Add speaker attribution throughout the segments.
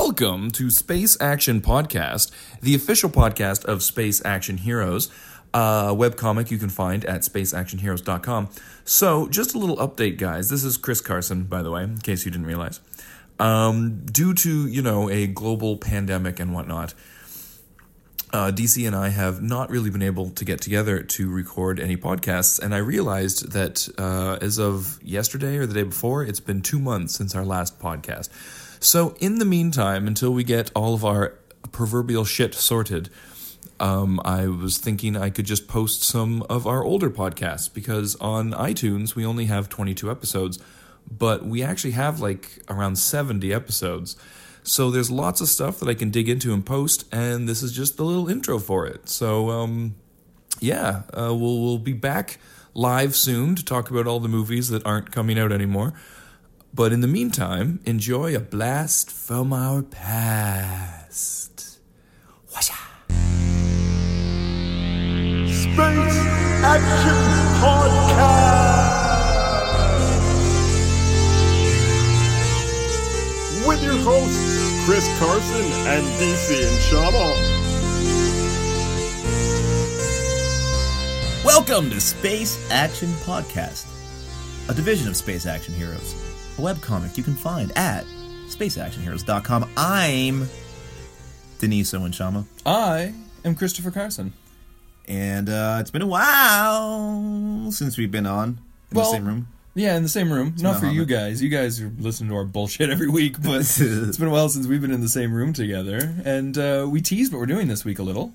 Speaker 1: Welcome to Space Action Podcast, the official podcast of Space Action Heroes, a webcomic you can find at spaceactionheroes.com. So, just a little update, guys. This is Chris Carson, by the way, in case you didn't realize. Um, due to, you know, a global pandemic and whatnot, uh, DC and I have not really been able to get together to record any podcasts, and I realized that uh, as of yesterday or the day before, it's been two months since our last podcast. So, in the meantime, until we get all of our proverbial shit sorted, um, I was thinking I could just post some of our older podcasts because on iTunes we only have 22 episodes, but we actually have like around 70 episodes. So there's lots of stuff that I can dig into and post, and this is just the little intro for it. So um, yeah, uh, we'll we'll be back live soon to talk about all the movies that aren't coming out anymore. But in the meantime, enjoy a blast from our past. Washa!
Speaker 2: Space Action Podcast with your hosts Chris Carson and DC and Shama.
Speaker 3: Welcome to Space Action Podcast, a division of Space Action Heroes, a webcomic you can find at spaceactionheroes.com. I'm Denise Owen Shama,
Speaker 1: I am Christopher Carson.
Speaker 3: and uh, it's been a while since we've been on in
Speaker 1: Well-
Speaker 3: the same room.
Speaker 1: Yeah, in the same room. Not for
Speaker 3: Muhammad.
Speaker 1: you guys. You guys are listening to our bullshit every week, but it's been a while since we've been in the same room together. And uh, we teased what we're doing this week a little.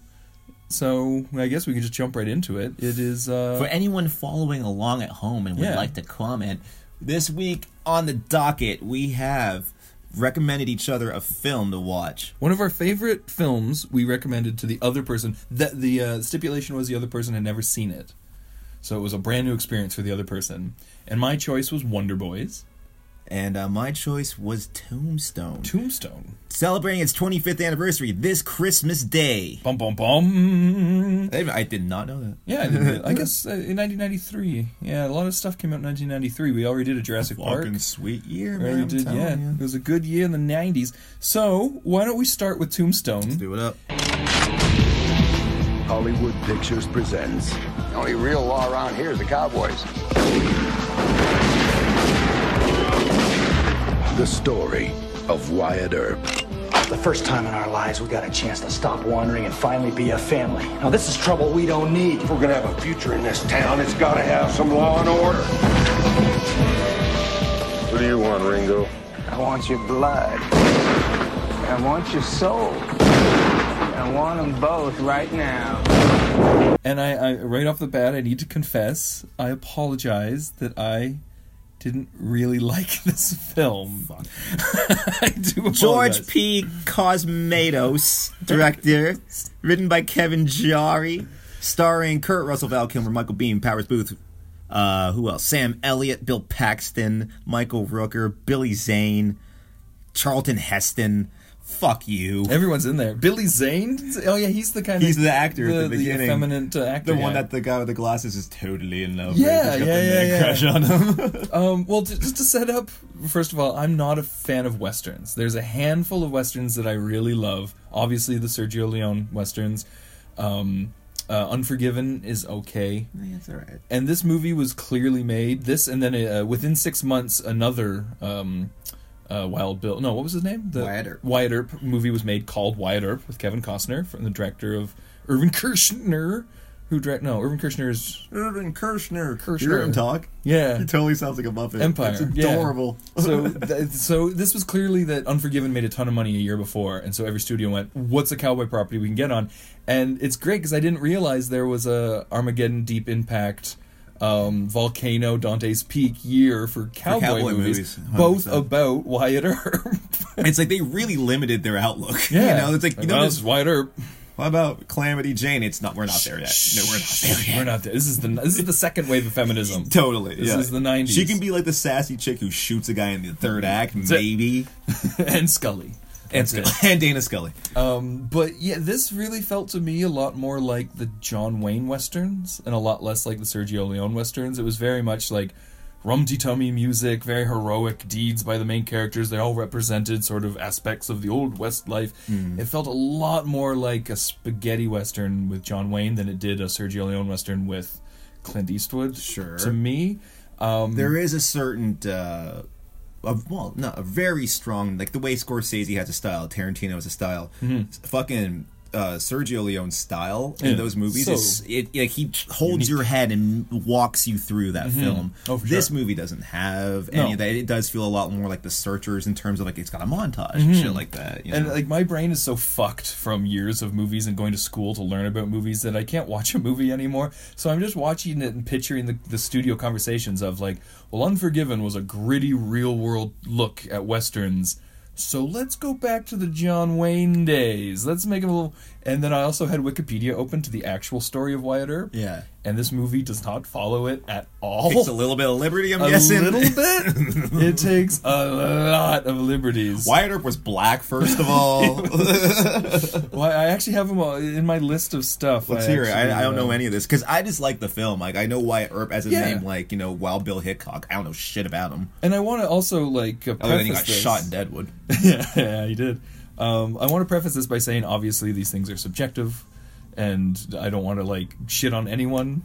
Speaker 1: So I guess we can just jump right into it. It is. Uh,
Speaker 3: For anyone following along at home and would
Speaker 1: Yeah.
Speaker 3: like to comment, this week on the docket we have recommended each other a film to watch.
Speaker 1: One of our favorite films we recommended to the other person. That the uh, stipulation was the other person had never seen it, so it was a brand new experience for the other person. And my choice was Wonder Boys,
Speaker 3: And uh, my choice was Tombstone.
Speaker 1: Tombstone.
Speaker 3: celebrating its 25th anniversary this Christmas Day.
Speaker 1: Bum bum bum.
Speaker 3: I I did not know that.
Speaker 1: Yeah, I, did. I guess uh, in 1993. Yeah, a lot of stuff came out in 1993. We already did a Jurassic Park.
Speaker 3: Fucking sweet year, man.
Speaker 1: Already
Speaker 3: I'm
Speaker 1: did.
Speaker 3: telling
Speaker 1: Yeah,
Speaker 3: you.
Speaker 1: it was a good year in the 90s. So why don't we start with Tombstone?
Speaker 3: Do it up.
Speaker 4: Hollywood Pictures presents.
Speaker 5: The only real law around here is the Cowboys.
Speaker 4: The story of Wyatt Earp,
Speaker 6: The first time in our lives we got a chance to stop wandering and finally be a family. Now this is trouble we don't need.
Speaker 5: If we're gonna have a future in this town, it's gotta have some law and order.
Speaker 4: What do you want, Ringo?
Speaker 5: I want your blood. I want your soul. I want them both right now.
Speaker 1: And I, I right off the bat, I need to confess, I apologize that I didn't really like this film. I do
Speaker 3: George
Speaker 1: apologize.
Speaker 3: P. Cosmatos, director, written by Kevin Jari, starring Kurt Russell, Val Kilmer, Michael Bean, Powers Booth. Uh, who else? Sam Elliott, Bill Paxton, Michael Rooker, Billy Zane, Charlton Heston. Fuck you.
Speaker 1: Everyone's in there. Billy Zane. Oh yeah, he's the kind
Speaker 3: He's
Speaker 1: of
Speaker 3: the actor at the beginning.
Speaker 1: effeminate uh, actor.
Speaker 3: The one
Speaker 1: guy.
Speaker 3: that the guy with the glasses is totally in love
Speaker 1: Yeah,
Speaker 3: with. He's got
Speaker 1: yeah,
Speaker 3: the
Speaker 1: yeah,
Speaker 3: man
Speaker 1: yeah.
Speaker 3: crush on him.
Speaker 1: Um, well, ju- just to set up, first of all, I'm not a fan of westerns. There's a handful of westerns that I really love. Obviously, the Sergio Leone westerns. Um, uh, Unforgiven is okay,
Speaker 3: That's all right.
Speaker 1: and this movie was clearly made. This, and then uh, within six months, another um, uh, Wild Bill. No, what was his name? The
Speaker 3: Wyatt Earp.
Speaker 1: Wyatt Earp movie was made called Wyatt Earp with Kevin Costner from the director of Irvin Kershner, who direct. No, Irvin Kershner is
Speaker 3: Irvin Kirshner.
Speaker 1: Kirshner.
Speaker 3: You hear him talk?
Speaker 1: Yeah.
Speaker 3: He totally sounds like a Muppet.
Speaker 1: Empire.
Speaker 3: It's
Speaker 1: yeah.
Speaker 3: adorable.
Speaker 1: so, th- so this was clearly that Unforgiven made a ton of money a year before, and so every studio went, "What's a cowboy property we can get on?" And it's great because I didn't realize there was a Armageddon, Deep Impact, um, Volcano, Dante's Peak year for cowboy,
Speaker 3: cowboy
Speaker 1: movies,
Speaker 3: movies,
Speaker 1: both
Speaker 3: 100%.
Speaker 1: about Wyatt Earp.
Speaker 3: it's like they really limited their outlook. You know, it's like, you know,
Speaker 1: well,
Speaker 3: this-
Speaker 1: it's Wyatt Earp.
Speaker 3: what about Calamity Jane? It's not, we're not there yet. No, we're not there yet.
Speaker 1: We're not. This is the this is the second wave of feminism.
Speaker 3: Totally.
Speaker 1: This
Speaker 3: yeah.
Speaker 1: is the 90s.
Speaker 3: She can be like the sassy chick who shoots a guy in the third act,
Speaker 1: it.
Speaker 3: maybe.
Speaker 1: and Scully.
Speaker 3: And,
Speaker 1: That's it.
Speaker 3: and Dana Scully.
Speaker 1: Um, but yeah, this really felt to me a lot more like the John Wayne westerns and a lot less like the Sergio Leone westerns. It was very much like rumty tummy music, very heroic deeds by the main characters. They all represented sort of aspects of the old West life. It felt a lot more like a spaghetti western with John Wayne than it did a Sergio Leone western with Clint Eastwood.
Speaker 3: Sure.
Speaker 1: To me, um,
Speaker 3: there is a certain uh of well no a very strong like the way scorsese has a style tarantino has a style fucking uh, Sergio Leone's style in
Speaker 1: Mm-hmm. Yeah.
Speaker 3: those movies
Speaker 1: So-
Speaker 3: is it, like he holds your head and walks you through that film.
Speaker 1: Oh, for
Speaker 3: this
Speaker 1: sure.
Speaker 3: movie doesn't have any
Speaker 1: No.
Speaker 3: of that. It does feel a lot more like The Searchers in terms of like it's got a montage and shit like that. You
Speaker 1: Mm-hmm. And
Speaker 3: know?
Speaker 1: like my brain is so fucked from years of movies and going to school to learn about movies that I can't watch a movie anymore. So I'm just watching it and picturing the, the studio conversations of like, well, Unforgiven was a gritty, real world look at westerns. So let's go back to the John Wayne days. Let's make a little. And then I also had Wikipedia open to the actual story of Wyatt Earp.
Speaker 3: Yeah.
Speaker 1: And this movie does not follow it at all.
Speaker 3: takes a little bit of liberty. I'm
Speaker 1: A
Speaker 3: guessing.
Speaker 1: little bit. it takes a lot of liberties.
Speaker 3: Wyatt Earp was black, first of all.
Speaker 1: Well, I actually have them all in my list of stuff.
Speaker 3: Let's
Speaker 1: I
Speaker 3: hear it.
Speaker 1: actually,
Speaker 3: I, I don't
Speaker 1: uh,
Speaker 3: know any of this because I just like the film. Like I know Wyatt Earp as his
Speaker 1: Yeah.
Speaker 3: name. Like you know, Wild Bill Hickok. I don't know shit about him.
Speaker 1: And I want to also like uh, preface
Speaker 3: Other than Oh, he got
Speaker 1: this.
Speaker 3: shot in Deadwood.
Speaker 1: yeah, yeah, he did. Um, I want to preface this by saying, obviously, these things are subjective, and I don't want to like shit on anyone.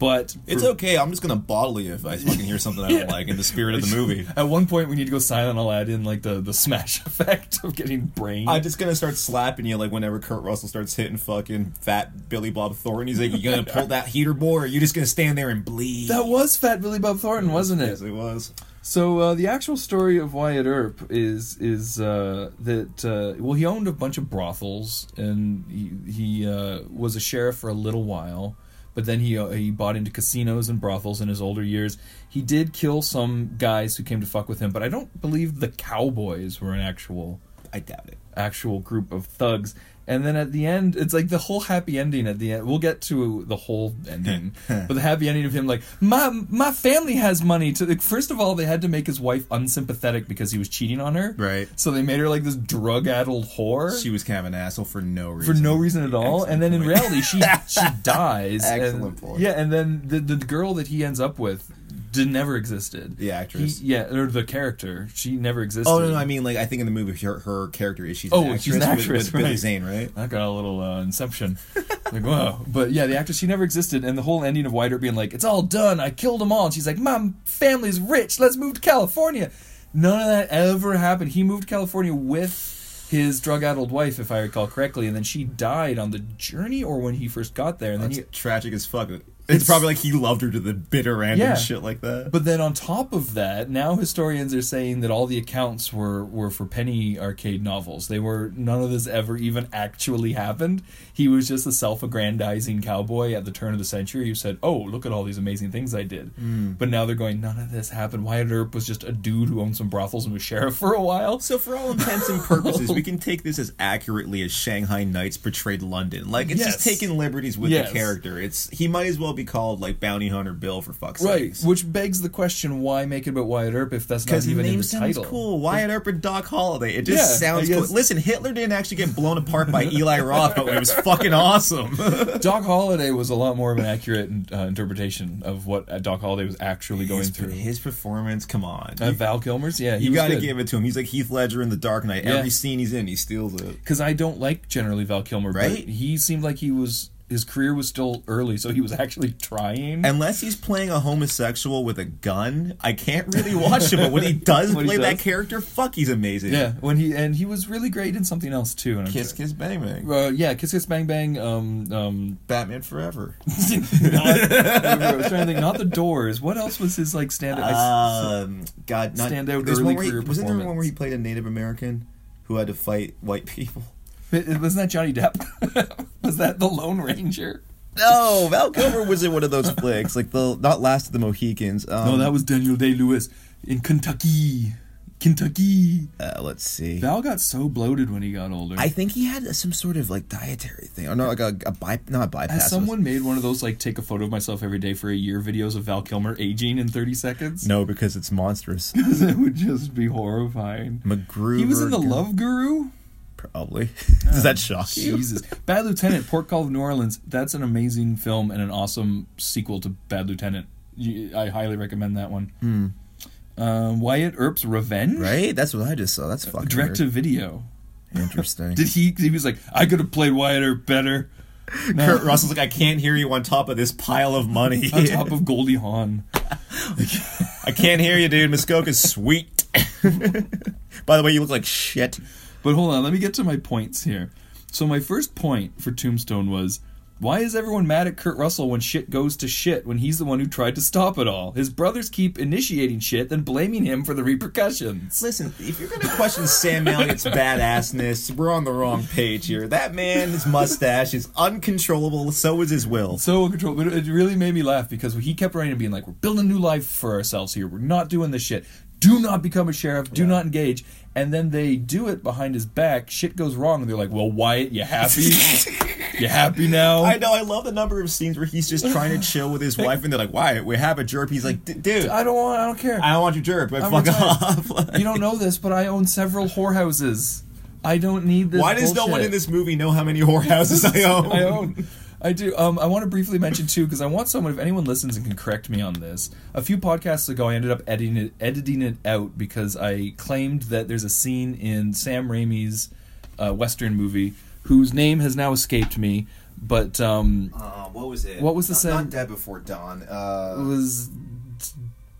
Speaker 1: But
Speaker 3: It's
Speaker 1: for-
Speaker 3: okay. I'm just gonna bottle you if I fucking hear something I don't like in the spirit of the movie.
Speaker 1: At one point, we need to go silent. I'll add in like the the smash effect of getting brain.
Speaker 3: I'm just gonna start slapping you like whenever Kurt Russell starts hitting fucking fat Billy Bob Thornton. He's like, "You gonna pull that heater more? Or you just gonna stand there and bleed?"
Speaker 1: that was Fat Billy Bob Thornton, wasn't
Speaker 3: Yes,
Speaker 1: it?
Speaker 3: it was.
Speaker 1: So uh, the actual story of Wyatt Earp is is uh, that uh, well he owned a bunch of brothels and he he uh, was a sheriff for a little while, but then he uh, he bought into casinos and brothels in his older years. He did kill some guys who came to fuck with him, but I don't believe the Cowboys were an actual
Speaker 3: I doubt it.
Speaker 1: actual group of thugs. And then at the end, it's like the whole happy ending. At the end, we'll get to the whole ending, but the happy ending of him, like my my family has money. To like, first of all, they had to make his wife unsympathetic because he was cheating on her.
Speaker 3: Right.
Speaker 1: So they made her like this drug-addled whore
Speaker 3: She was kind of an asshole for no
Speaker 1: for
Speaker 3: reason.
Speaker 1: no reason at all. and then in reality, she she dies. and-
Speaker 3: Excellent point.
Speaker 1: Yeah, and then the the girl that he ends up with did never existed.
Speaker 3: The actress.
Speaker 1: He- yeah, or the character. She never existed.
Speaker 3: Oh no, no, I mean like I think in the movie her, her character is she's
Speaker 1: Oh,
Speaker 3: an actress,
Speaker 1: she's an actress,
Speaker 3: with, with Billy
Speaker 1: right.
Speaker 3: Zane, right?
Speaker 1: That got a little uh, inception. like, whoa. But yeah, the actress, she never existed. And the whole ending of White Earp being like, it's all done. I killed them all. And she's like, my family's rich. Let's move to California. None of that ever happened. He moved to California with his drug addled wife, if I recall correctly. And then she died on the journey or when he first got there. And then
Speaker 3: That's
Speaker 1: he.
Speaker 3: tragic as fuck. It's, probably like he loved her to the bitter end
Speaker 1: Yeah.
Speaker 3: and shit like that.
Speaker 1: But then on top of that, now historians are saying that all the accounts were, were for penny arcade novels. They were none of this ever even actually happened. He was just a self-aggrandizing cowboy at the turn of the century who said, "Oh, look at all these amazing things I did." But now they're going, "None of this happened. Wyatt Earp was just a dude who owned some brothels and was sheriff for a while."
Speaker 3: so for all intents and purposes, we can take this as accurately as Shanghai Knights portrayed London. Like it's just
Speaker 1: Yes.
Speaker 3: taking liberties with
Speaker 1: Yes.
Speaker 3: the character. It's he might as well be called like Bounty Hunter Bill for fuck's
Speaker 1: Right,
Speaker 3: sake.
Speaker 1: which begs the question: Why make it about Wyatt Earp if that's not
Speaker 3: Because his
Speaker 1: even in
Speaker 3: name
Speaker 1: the
Speaker 3: sounds
Speaker 1: title?
Speaker 3: cool. Wyatt Earp and Doc Holliday. It just
Speaker 1: Yeah,
Speaker 3: sounds
Speaker 1: I
Speaker 3: cool.
Speaker 1: guess-
Speaker 3: Listen, Hitler didn't actually get blown apart by Eli Roth, but it was fucking awesome.
Speaker 1: Doc Holliday was a lot more of an accurate uh, interpretation of what uh, Doc Holliday was actually going
Speaker 3: his,
Speaker 1: through.
Speaker 3: his performance, come on.
Speaker 1: Uh, Val Kilmer's, yeah, he
Speaker 3: You got to give it to him. He's like Heath Ledger in The Dark Knight.
Speaker 1: Yeah.
Speaker 3: Every scene he's in, he steals it.
Speaker 1: because I don't like generally Val Kilmer,
Speaker 3: Right?
Speaker 1: but he seemed like he was his career was still early, so he was actually trying.
Speaker 3: Unless he's playing a homosexual with a gun, I can't really watch him. But when he does
Speaker 1: When he
Speaker 3: play that
Speaker 1: does.
Speaker 3: character, fuck, he's amazing.
Speaker 1: yeah, when he and he was really great in something else too. And I'm
Speaker 3: Kiss, kiss, bang, bang.
Speaker 1: Uh, yeah, kiss, kiss, bang, bang. Um, um,
Speaker 3: Batman Forever.
Speaker 1: not, I was trying to think. Not the Doors. What else was his like stand? I
Speaker 3: Um, God, not,
Speaker 1: Stand out
Speaker 3: there's
Speaker 1: early
Speaker 3: one where he-
Speaker 1: career
Speaker 3: Wasn't there one
Speaker 1: performance.
Speaker 3: where he played a Native American who had to fight white people?
Speaker 1: s- wasn't that Johnny Depp? was that the Lone Ranger?
Speaker 3: No, Val Kilmer was in one of those flicks, like the not Last of the Mohicans. Um,
Speaker 1: No, that was Daniel Day Lewis in Kentucky. Kentucky.
Speaker 3: uh, let's see.
Speaker 1: Val got so bloated when he got older.
Speaker 3: I think he had some sort of like dietary thing, or no, like a, a bi- not a bypass.
Speaker 1: Has
Speaker 3: was-
Speaker 1: someone made one of those like take a photo of myself every day for a year videos of Val Kilmer aging in 30 seconds?
Speaker 3: No, because it's monstrous.
Speaker 1: it would just be horrifying.
Speaker 3: McGruber.
Speaker 1: He was in The Love Guru?
Speaker 3: Probably. Does that shock you?
Speaker 1: Jesus. Bad Lieutenant, Port Call of New Orleans. That's an amazing film and an awesome sequel to Bad Lieutenant. you- I highly recommend that one. Um, Wyatt Earp's Revenge,
Speaker 7: Right? That's what I just saw. That's fucking
Speaker 1: direct to
Speaker 7: weird.
Speaker 1: video.
Speaker 7: interesting.
Speaker 1: Did he? He was like, I could have played Wyatt Earp better
Speaker 3: Kurt Russell's like, I can't hear you on top of this pile of money.
Speaker 1: on top of Goldie Hawn.
Speaker 3: I can't hear you, dude. Muskoka's sweet. By the way, you look like shit.
Speaker 1: But hold on, let me get to my points here. So my first point for Tombstone was why is everyone mad at Kurt Russell when shit goes to shit when he's the one who tried to stop it all? His brothers keep initiating shit then blaming him for the repercussions.
Speaker 3: Listen, if you're gonna question Sam Elliott's badassness, we're on the wrong page here. That man, his mustache is uncontrollable. So is his will.
Speaker 1: So in control, but it really made me laugh because he kept writing and being like, "We're building a new life for ourselves here. We're not doing this shit. Do not become a sheriff. Do not engage." And then they do it behind his back. Shit goes wrong, and they're like, "Well, Wyatt, you happy? you happy now?"
Speaker 3: I know. I love the number of scenes where he's just trying to chill with his wife, and they're like, "Why? We have a jerk." He's like, "D- "Dude,
Speaker 1: I don't want. I don't care.
Speaker 3: I don't want you jerk, but
Speaker 1: I'm
Speaker 3: fuck
Speaker 1: retired.
Speaker 3: off." Like,
Speaker 1: you don't know this, but I own several whorehouses. I don't need this.
Speaker 3: why does no one
Speaker 1: bullshit.
Speaker 3: in this movie know how many whorehouses I own?
Speaker 1: I own. I do. Um, I want to briefly mention too, because I want someone, if anyone listens and can correct me on this. A few podcasts ago, I ended up editing it, editing it out because I claimed that there's a scene in Sam Raimi's uh, Western movie whose name has now escaped me, but um,
Speaker 8: Uh, what was it?
Speaker 1: What was the
Speaker 8: not,
Speaker 1: same-
Speaker 8: Not Dead Before Dawn.
Speaker 1: it
Speaker 8: Uh,
Speaker 1: was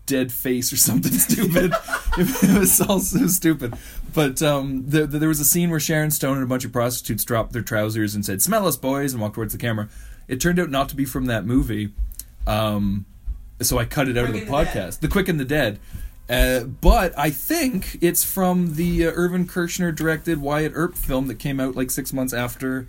Speaker 1: dead face or something stupid. it was all so stupid. But um, the, the, there was a scene where Sharon Stone and a bunch of prostitutes dropped their trousers and said, "Smell us, boys," and walked towards the camera. It turned out not to be from that movie, um, so I cut it out of the podcast. the Quick and the Dead. Uh, but I think it's from the uh, Irvin Kirshner directed Wyatt Earp film that came out like six months after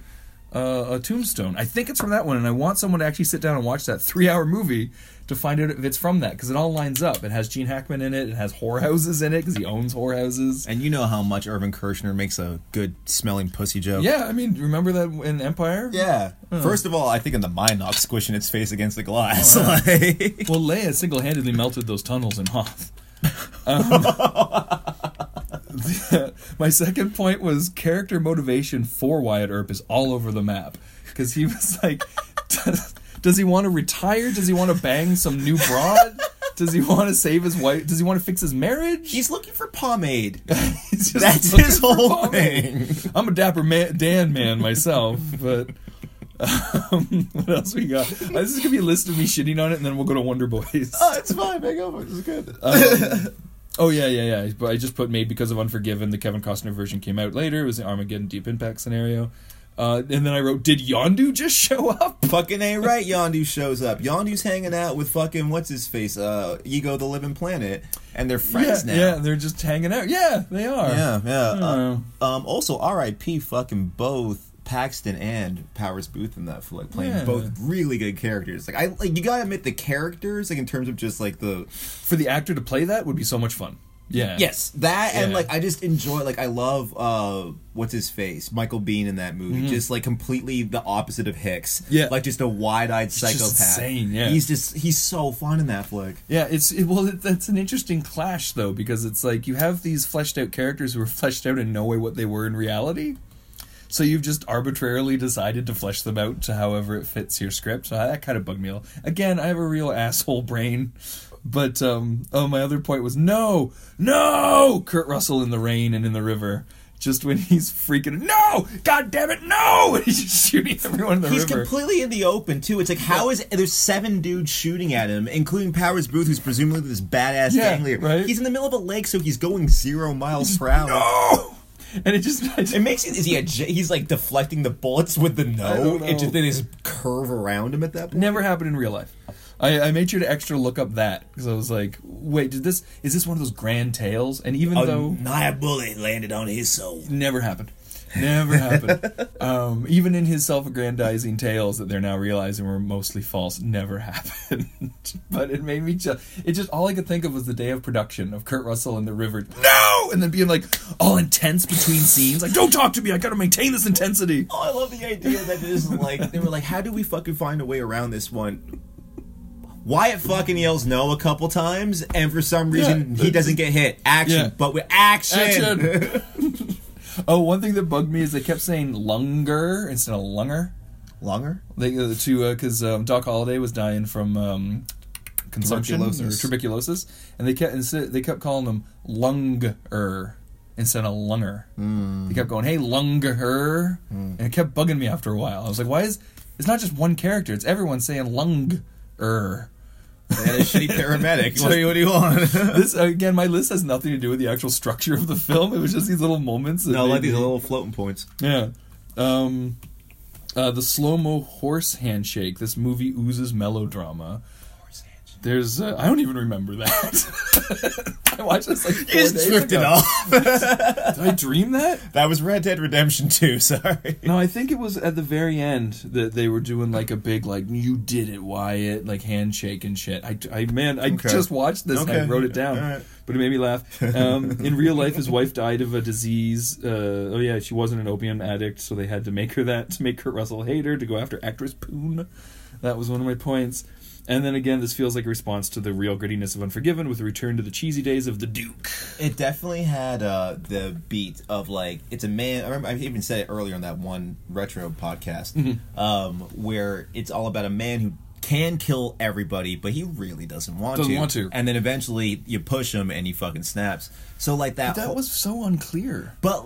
Speaker 1: uh, a tombstone. I think it's from that one, and I want someone to actually sit down and watch that three-hour movie to find out if it's from that because it all lines up. It has Gene Hackman in it. It has whorehouses in it because he owns whorehouses.
Speaker 3: And you know how much Irvin Kershner makes a good smelling pussy joke.
Speaker 1: Yeah, Hmm. I mean, remember that in Empire?
Speaker 3: Yeah. First of all, I think in the Minox squishing its face against the glass. like,
Speaker 1: Well, Leia single-handedly melted those tunnels in Hoth. Um, my second point was character motivation for Wyatt Earp is all over the map because he was like, does, does he want to retire? Does he want to bang some new broad? Does he want to save his wife? Does he want to fix his marriage?
Speaker 3: he's looking for pomade.
Speaker 1: He's just
Speaker 3: That's
Speaker 1: looking
Speaker 3: his
Speaker 1: for
Speaker 3: whole
Speaker 1: pomade.
Speaker 3: thing.
Speaker 1: I'm a dapper man, Dan man myself, but um, what else we got? Uh, This is gonna be a list of me shitting on it, and then we'll go to Wonder Boys.
Speaker 3: Oh, it's fine, make over. It's good.
Speaker 1: Oh yeah, yeah, yeah. But I just put made because of Unforgiven. The Kevin Costner version came out later. It was the Armageddon Deep Impact scenario. Uh, and then I wrote, "Did Yondu just show up?"
Speaker 3: fucking ain't right. Yondu shows up. Yondu's hanging out with fucking what's his face, uh, Ego the Living Planet, and they're
Speaker 1: Yeah,
Speaker 3: friends now.
Speaker 1: yeah, they're just hanging out. Yeah, they are.
Speaker 3: yeah, yeah. Uh,
Speaker 1: Oh.
Speaker 3: um, also, R.I.P. Fucking both Paxton and Powers Booth in that for like playing
Speaker 1: Yeah.
Speaker 3: both really good characters. Like I, like you gotta admit the characters, like in terms of just like the
Speaker 1: For the actor to play that would be so much fun. Yeah.
Speaker 3: Yes, that and
Speaker 1: Yeah.
Speaker 3: like I just enjoy like I love uh what's his face Michael Bean in that movie just like completely the opposite of Hicks
Speaker 1: Mm-hmm. Yeah.
Speaker 3: like just a wide eyed
Speaker 1: just
Speaker 3: psychopath
Speaker 1: insane, yeah.
Speaker 3: he's just he's so fun in that flick
Speaker 1: Yeah, it's it, well, it, that's an interesting clash though because it's like you have these fleshed out characters who are fleshed out in no way what they were in reality. So you've just arbitrarily decided to flesh them out to however it fits your script. So that kind of bugged me. a little. Again, I have a real asshole brain. But um, oh, my other point was no, no, Kurt Russell in the rain and in the river. Just when he's freaking no, god damn it, no! And he's just shooting everyone in the
Speaker 3: he's
Speaker 1: river.
Speaker 3: completely in the open too it's like how is there's seven dudes shooting at him including Powers Booth who's presumably this badass
Speaker 1: Yeah,
Speaker 3: gang leader
Speaker 1: right.
Speaker 3: he's in the middle of a lake so he's going zero miles per hour
Speaker 1: no, and it just
Speaker 3: It makes it. Is he a? J- He's like deflecting the bullets with the no.
Speaker 1: don't know.
Speaker 3: It just then his curve around him at that point.
Speaker 1: Never happened in real life. I, I made sure to extra look up that because I was like, wait, did this is this one of those grand tales? And
Speaker 3: Uh,
Speaker 1: even though
Speaker 3: My bullet landed on his soul.
Speaker 1: never happened, never happened. Um, even in his self-aggrandizing tales that they're now realizing were mostly false, never happened. but it made me just it just all I could think of was the day of production of Kurt Russell in the river. No, and then being like all intense between scenes, like don't talk to me. I got to maintain this intensity.
Speaker 3: Oh, I love the idea that it is like they were like, how do we fucking find a way around this one? Wyatt fucking yells no a couple times, and for some reason
Speaker 1: Yeah.
Speaker 3: he doesn't get hit. Action,
Speaker 1: Yeah.
Speaker 3: but with action.
Speaker 1: Action. oh, one thing that bugged me is they kept saying lunger instead of lunger.
Speaker 3: Longer.
Speaker 1: uh, They, uh, to because um, Doc Holliday was dying from um, consumption or
Speaker 9: Tuberculosis.
Speaker 1: tuberculosis, and they kept instead they kept calling them lunger instead of lunger.
Speaker 10: Hmm.
Speaker 1: They kept going, "Hey, lunger," and it kept bugging me after a while. I was like, "Why is it's not just one character? It's everyone saying lunger."
Speaker 10: And a shitty paramedic. what, do you, what do you want?
Speaker 1: this again, my list has nothing to do with the actual structure of the film. It was just these little moments. that
Speaker 10: no,
Speaker 1: made
Speaker 10: like these
Speaker 1: me-
Speaker 10: little floating points.
Speaker 1: Yeah. Um, uh, the slow mo horse handshake. This movie oozes melodrama. There's, uh, I don't even remember that. I watched this like four days ago.
Speaker 10: off.
Speaker 1: Did I dream that?
Speaker 10: that was Red Dead Redemption 2, sorry.
Speaker 1: No, I think it was at the very end that they were doing like a big like you did it Wyatt like handshake and shit. I, I man, I
Speaker 9: Okay.
Speaker 1: just watched this and I
Speaker 10: Okay.
Speaker 1: wrote it down,
Speaker 10: All right.
Speaker 1: but it made me laugh. Um, in real life, his wife died of a disease. Uh, oh yeah, she wasn't an opium addict, so they had to make her that to make Kurt Russell hate her to go after actress Poon. That was one of my points. And then again, this feels like a response to the real grittiness of Unforgiven with a return to the cheesy days of the Duke.
Speaker 3: It definitely had uh, the beat of like it's a man. I remember I even said it earlier on that one retro podcast
Speaker 10: Mm-hmm.
Speaker 3: um, where it's all about a man who can kill everybody, but he really doesn't want
Speaker 1: Doesn't
Speaker 3: to.
Speaker 1: want to.
Speaker 3: And then eventually you push him and he fucking snaps. So like that.
Speaker 1: That
Speaker 3: whole-
Speaker 1: was so unclear.
Speaker 3: but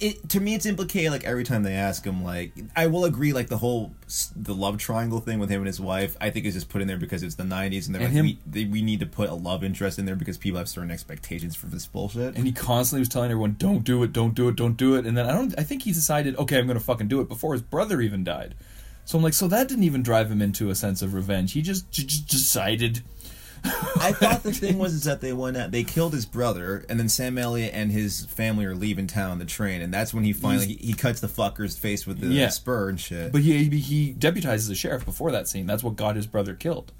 Speaker 3: it to me it's implicated like every time they ask him like i will agree like the whole s- the love triangle thing with him and his wife i think is just put in there because it's the 90s and they're like
Speaker 1: And him-
Speaker 3: we, they, we need to put a love interest in there because people have certain expectations for this bullshit
Speaker 1: and he constantly was telling everyone, "Don't do it, don't do it, don't do it." And then I don't, I think he decided, okay, I'm going to fucking do it before his brother even died. So I'm like, so that didn't even drive him into a sense of revenge. He just j- j- decided.
Speaker 3: I thought the thing was is that they went out, they killed his brother, and then Sam Elliott and his family are leaving town on the train, and that's when he finally he, he cuts the fucker's face with the
Speaker 1: Yeah.
Speaker 3: spur and shit.
Speaker 1: But he he deputizes the sheriff before that scene. That's what got his brother killed.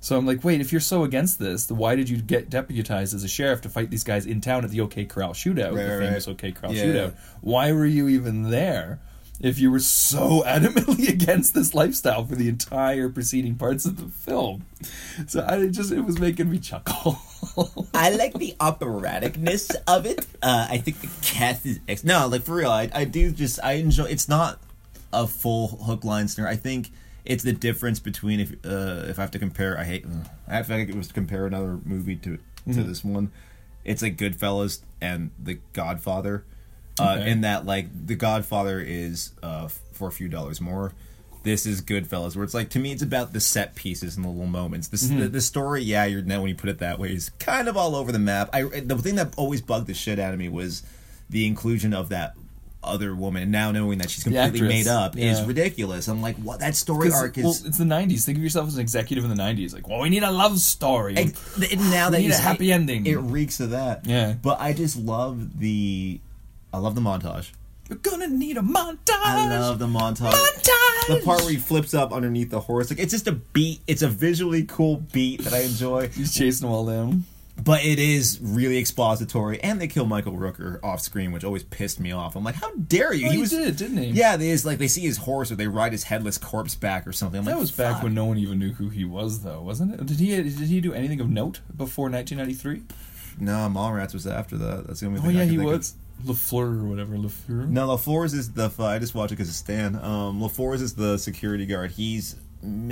Speaker 1: So I'm like, wait, if you're so against this, then why did you get deputized as a sheriff to fight these guys in town at the OK Corral shootout,
Speaker 3: Right,
Speaker 1: the
Speaker 3: right,
Speaker 1: famous
Speaker 3: right.
Speaker 1: OK Corral
Speaker 3: Yeah,
Speaker 1: shootout? Why were you even there if you were so adamantly against this lifestyle for the entire preceding parts of the film? So I it just it was making me chuckle.
Speaker 3: I like the operaticness of it. Uh, I think the cast is ex- no, like for real. I, I do just I enjoy. It's not a full hook line snare. I think it's the difference between if uh, if I have to compare. I hate. ugh. I feel like it was to compare another movie to to this one. It's like Goodfellas and The Godfather. Uh,
Speaker 1: Okay.
Speaker 3: In that, like, The Godfather is uh, for a few dollars more. This is Goodfellas, where it's like to me, it's about the set pieces and the little moments. This,
Speaker 1: Mm-hmm.
Speaker 3: the, the story, yeah, you're now when you put it that way, is kind of all over the map. I the thing that always bugged the shit out of me was the inclusion of that other woman. And now knowing that she's completely
Speaker 1: actress,
Speaker 3: made up is
Speaker 1: yeah.
Speaker 3: ridiculous. I'm like, what? That story
Speaker 1: 'Cause,
Speaker 3: arc is.
Speaker 1: well, it's the '90s. Think of yourself as an executive in the '90s. Like, well, we need a love story.
Speaker 3: And th- now that
Speaker 1: need
Speaker 3: you
Speaker 1: a
Speaker 3: say-
Speaker 1: happy ending.
Speaker 3: it reeks of that.
Speaker 1: Yeah.
Speaker 3: but I just love the, I love the montage.
Speaker 1: You're gonna need a montage.
Speaker 3: I love the montage.
Speaker 1: Montage!
Speaker 3: The part where he flips up underneath the horse, like it's just a beat. It's a visually cool beat that I enjoy,
Speaker 1: He's chasing them all down.
Speaker 3: but it is really expository. And they kill Michael Rooker off screen, which always pissed me off. I'm like, how dare you?
Speaker 1: Oh, he did, didn't he?
Speaker 3: Yeah, they just like they see his horse or they ride his headless corpse back or something. I'm
Speaker 1: That
Speaker 3: like,
Speaker 1: was back
Speaker 3: fuck.
Speaker 1: when no one even knew who he was, though, wasn't it? Did he did he do anything of note before 1993?
Speaker 3: No, Mallrats was after that. That's the only
Speaker 1: Oh
Speaker 3: thing. I
Speaker 1: yeah,
Speaker 3: can
Speaker 1: he
Speaker 3: think of.
Speaker 1: was Lafleur or whatever Lafleur.
Speaker 3: No, LaFours is the. I just watch it because it's Stan. Um, LaFours is the security guard. He's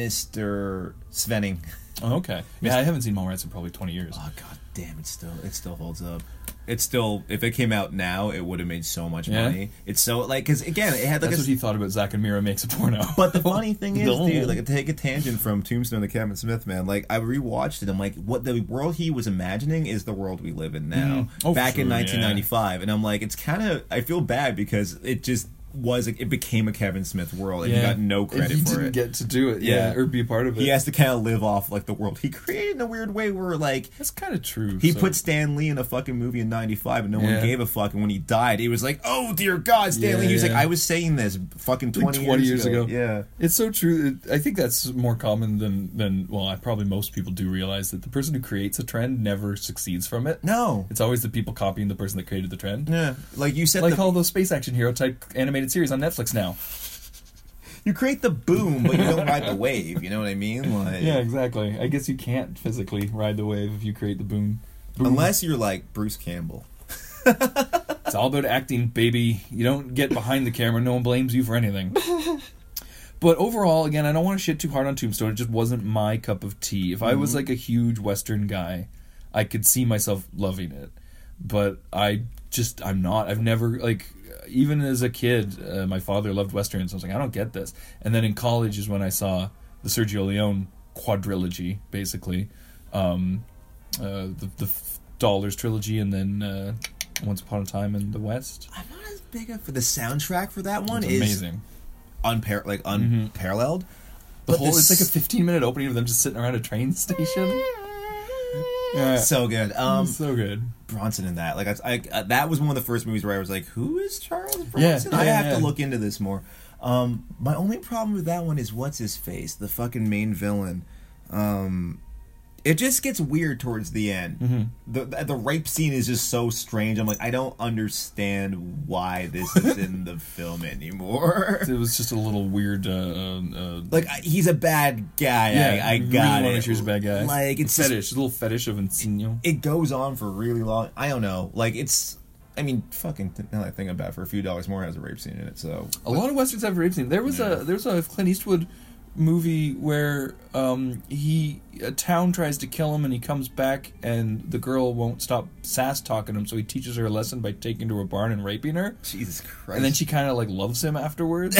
Speaker 3: Mister Svenning.
Speaker 1: Oh, okay. Yeah, I haven't seen Mallrats in probably 20 years.
Speaker 3: Oh god damn! It still it still holds up. It's still if it came out now, it would have made so much
Speaker 1: Yeah.
Speaker 3: money. It's so like because again, it had like a.
Speaker 1: That's what he thought about Zack and Mira makes a porno.
Speaker 3: But the funny thing is,
Speaker 1: No.
Speaker 3: dude, like to take a tangent from Tombstone to Kevin Smith, man. Like I rewatched it, I'm like, what the world he was imagining is the world we live in now.
Speaker 1: Oh,
Speaker 3: back in
Speaker 1: sure, yeah.
Speaker 3: 1995, and I'm like, it's kind of. I feel bad because it just was. It became a Kevin Smith world, and he got no
Speaker 1: And
Speaker 3: credit
Speaker 1: he
Speaker 3: for
Speaker 1: didn't
Speaker 3: it.
Speaker 1: get to do it.
Speaker 3: Yeah.
Speaker 1: Yeah, or be a part of it.
Speaker 3: he has to kind of live off like the world he created in a weird way, where like
Speaker 1: that's kind of true.
Speaker 3: he
Speaker 1: so-
Speaker 3: put Stan Lee in a fucking movie in '95, and no
Speaker 1: Yeah.
Speaker 3: one gave a fuck. And when he died, he was like, "Oh dear God, Stan
Speaker 1: Yeah,
Speaker 3: Lee." He was
Speaker 1: yeah.
Speaker 3: like, "I was saying this fucking
Speaker 1: Like
Speaker 3: 20,
Speaker 1: 20 years ago.
Speaker 3: Yeah,
Speaker 1: It's so true. It- I think that's more common than than well, I probably most people do realize that the person who creates a trend never succeeds from it.
Speaker 3: no,
Speaker 1: It's always the people copying the person that created the trend.
Speaker 3: yeah. Like you said,
Speaker 1: Like
Speaker 3: the,
Speaker 1: all those space action hero type animated series on Netflix now.
Speaker 3: you create the boom, but you don't ride the wave. You know what I mean? Like,
Speaker 1: Yeah, exactly. I guess you can't physically ride the wave if you create the boom. boom.
Speaker 3: unless you're like Bruce Campbell.
Speaker 1: it's all about acting, baby. You don't get behind the camera, no one blames you for anything. But overall, again, I don't want to shit too hard on Tombstone. It just wasn't my cup of tea. If I was like a huge Western guy, I could see myself loving it. But I just, I'm not. I've never, like, even as a kid, uh, my father loved Westerns. I was like, I don't get this. And then in college is when I saw the Sergio Leone quadrilogy, basically. Um, uh, the, the F- Dollars trilogy and then uh, Once Upon a Time in the West.
Speaker 3: I'm not as big of for the soundtrack for that one
Speaker 1: It's
Speaker 3: is
Speaker 1: amazing. Mm-hmm.
Speaker 3: unpar- like unparalleled.
Speaker 1: The
Speaker 3: But
Speaker 1: whole
Speaker 3: this-
Speaker 1: it's like a 15 minute opening of them just sitting around a train station. Yeah,
Speaker 3: so good. Um,
Speaker 1: so good.
Speaker 3: Bronson in that. Like I, I uh, that was one of the first movies where I was like, "Who is Charles
Speaker 1: Yeah,
Speaker 3: Bronson?" I
Speaker 1: yeah,
Speaker 3: have to
Speaker 1: yeah.
Speaker 3: look into this more. Um, my only problem with that one is what's his face, the fucking main villain. Um, it just gets weird towards the end.
Speaker 1: Mm-hmm.
Speaker 3: The, the the rape scene is just so strange. I'm like, I don't understand why this is in the film anymore.
Speaker 1: It was just a little weird. Uh, um, uh,
Speaker 3: like I- he's a bad guy.
Speaker 1: yeah,
Speaker 3: I, I
Speaker 1: you really
Speaker 3: got
Speaker 1: wanted
Speaker 3: it.
Speaker 1: she was a bad guy.
Speaker 3: Like it's just-
Speaker 1: fetish, a little fetish of Encino.
Speaker 3: it goes on for really long. I don't know. Like it's, I mean, fucking. Th- now that I think about it, for a few dollars more, it has a rape scene in it. So
Speaker 1: A lot of westerns have rape scenes. There was a there was a Clint Eastwood movie where um, he a town tries to kill him and he comes back and the girl won't stop sass talking to him, so he teaches her a lesson by taking her to a barn and raping her.
Speaker 3: Jesus Christ.
Speaker 1: And then she kind of like loves him afterwards.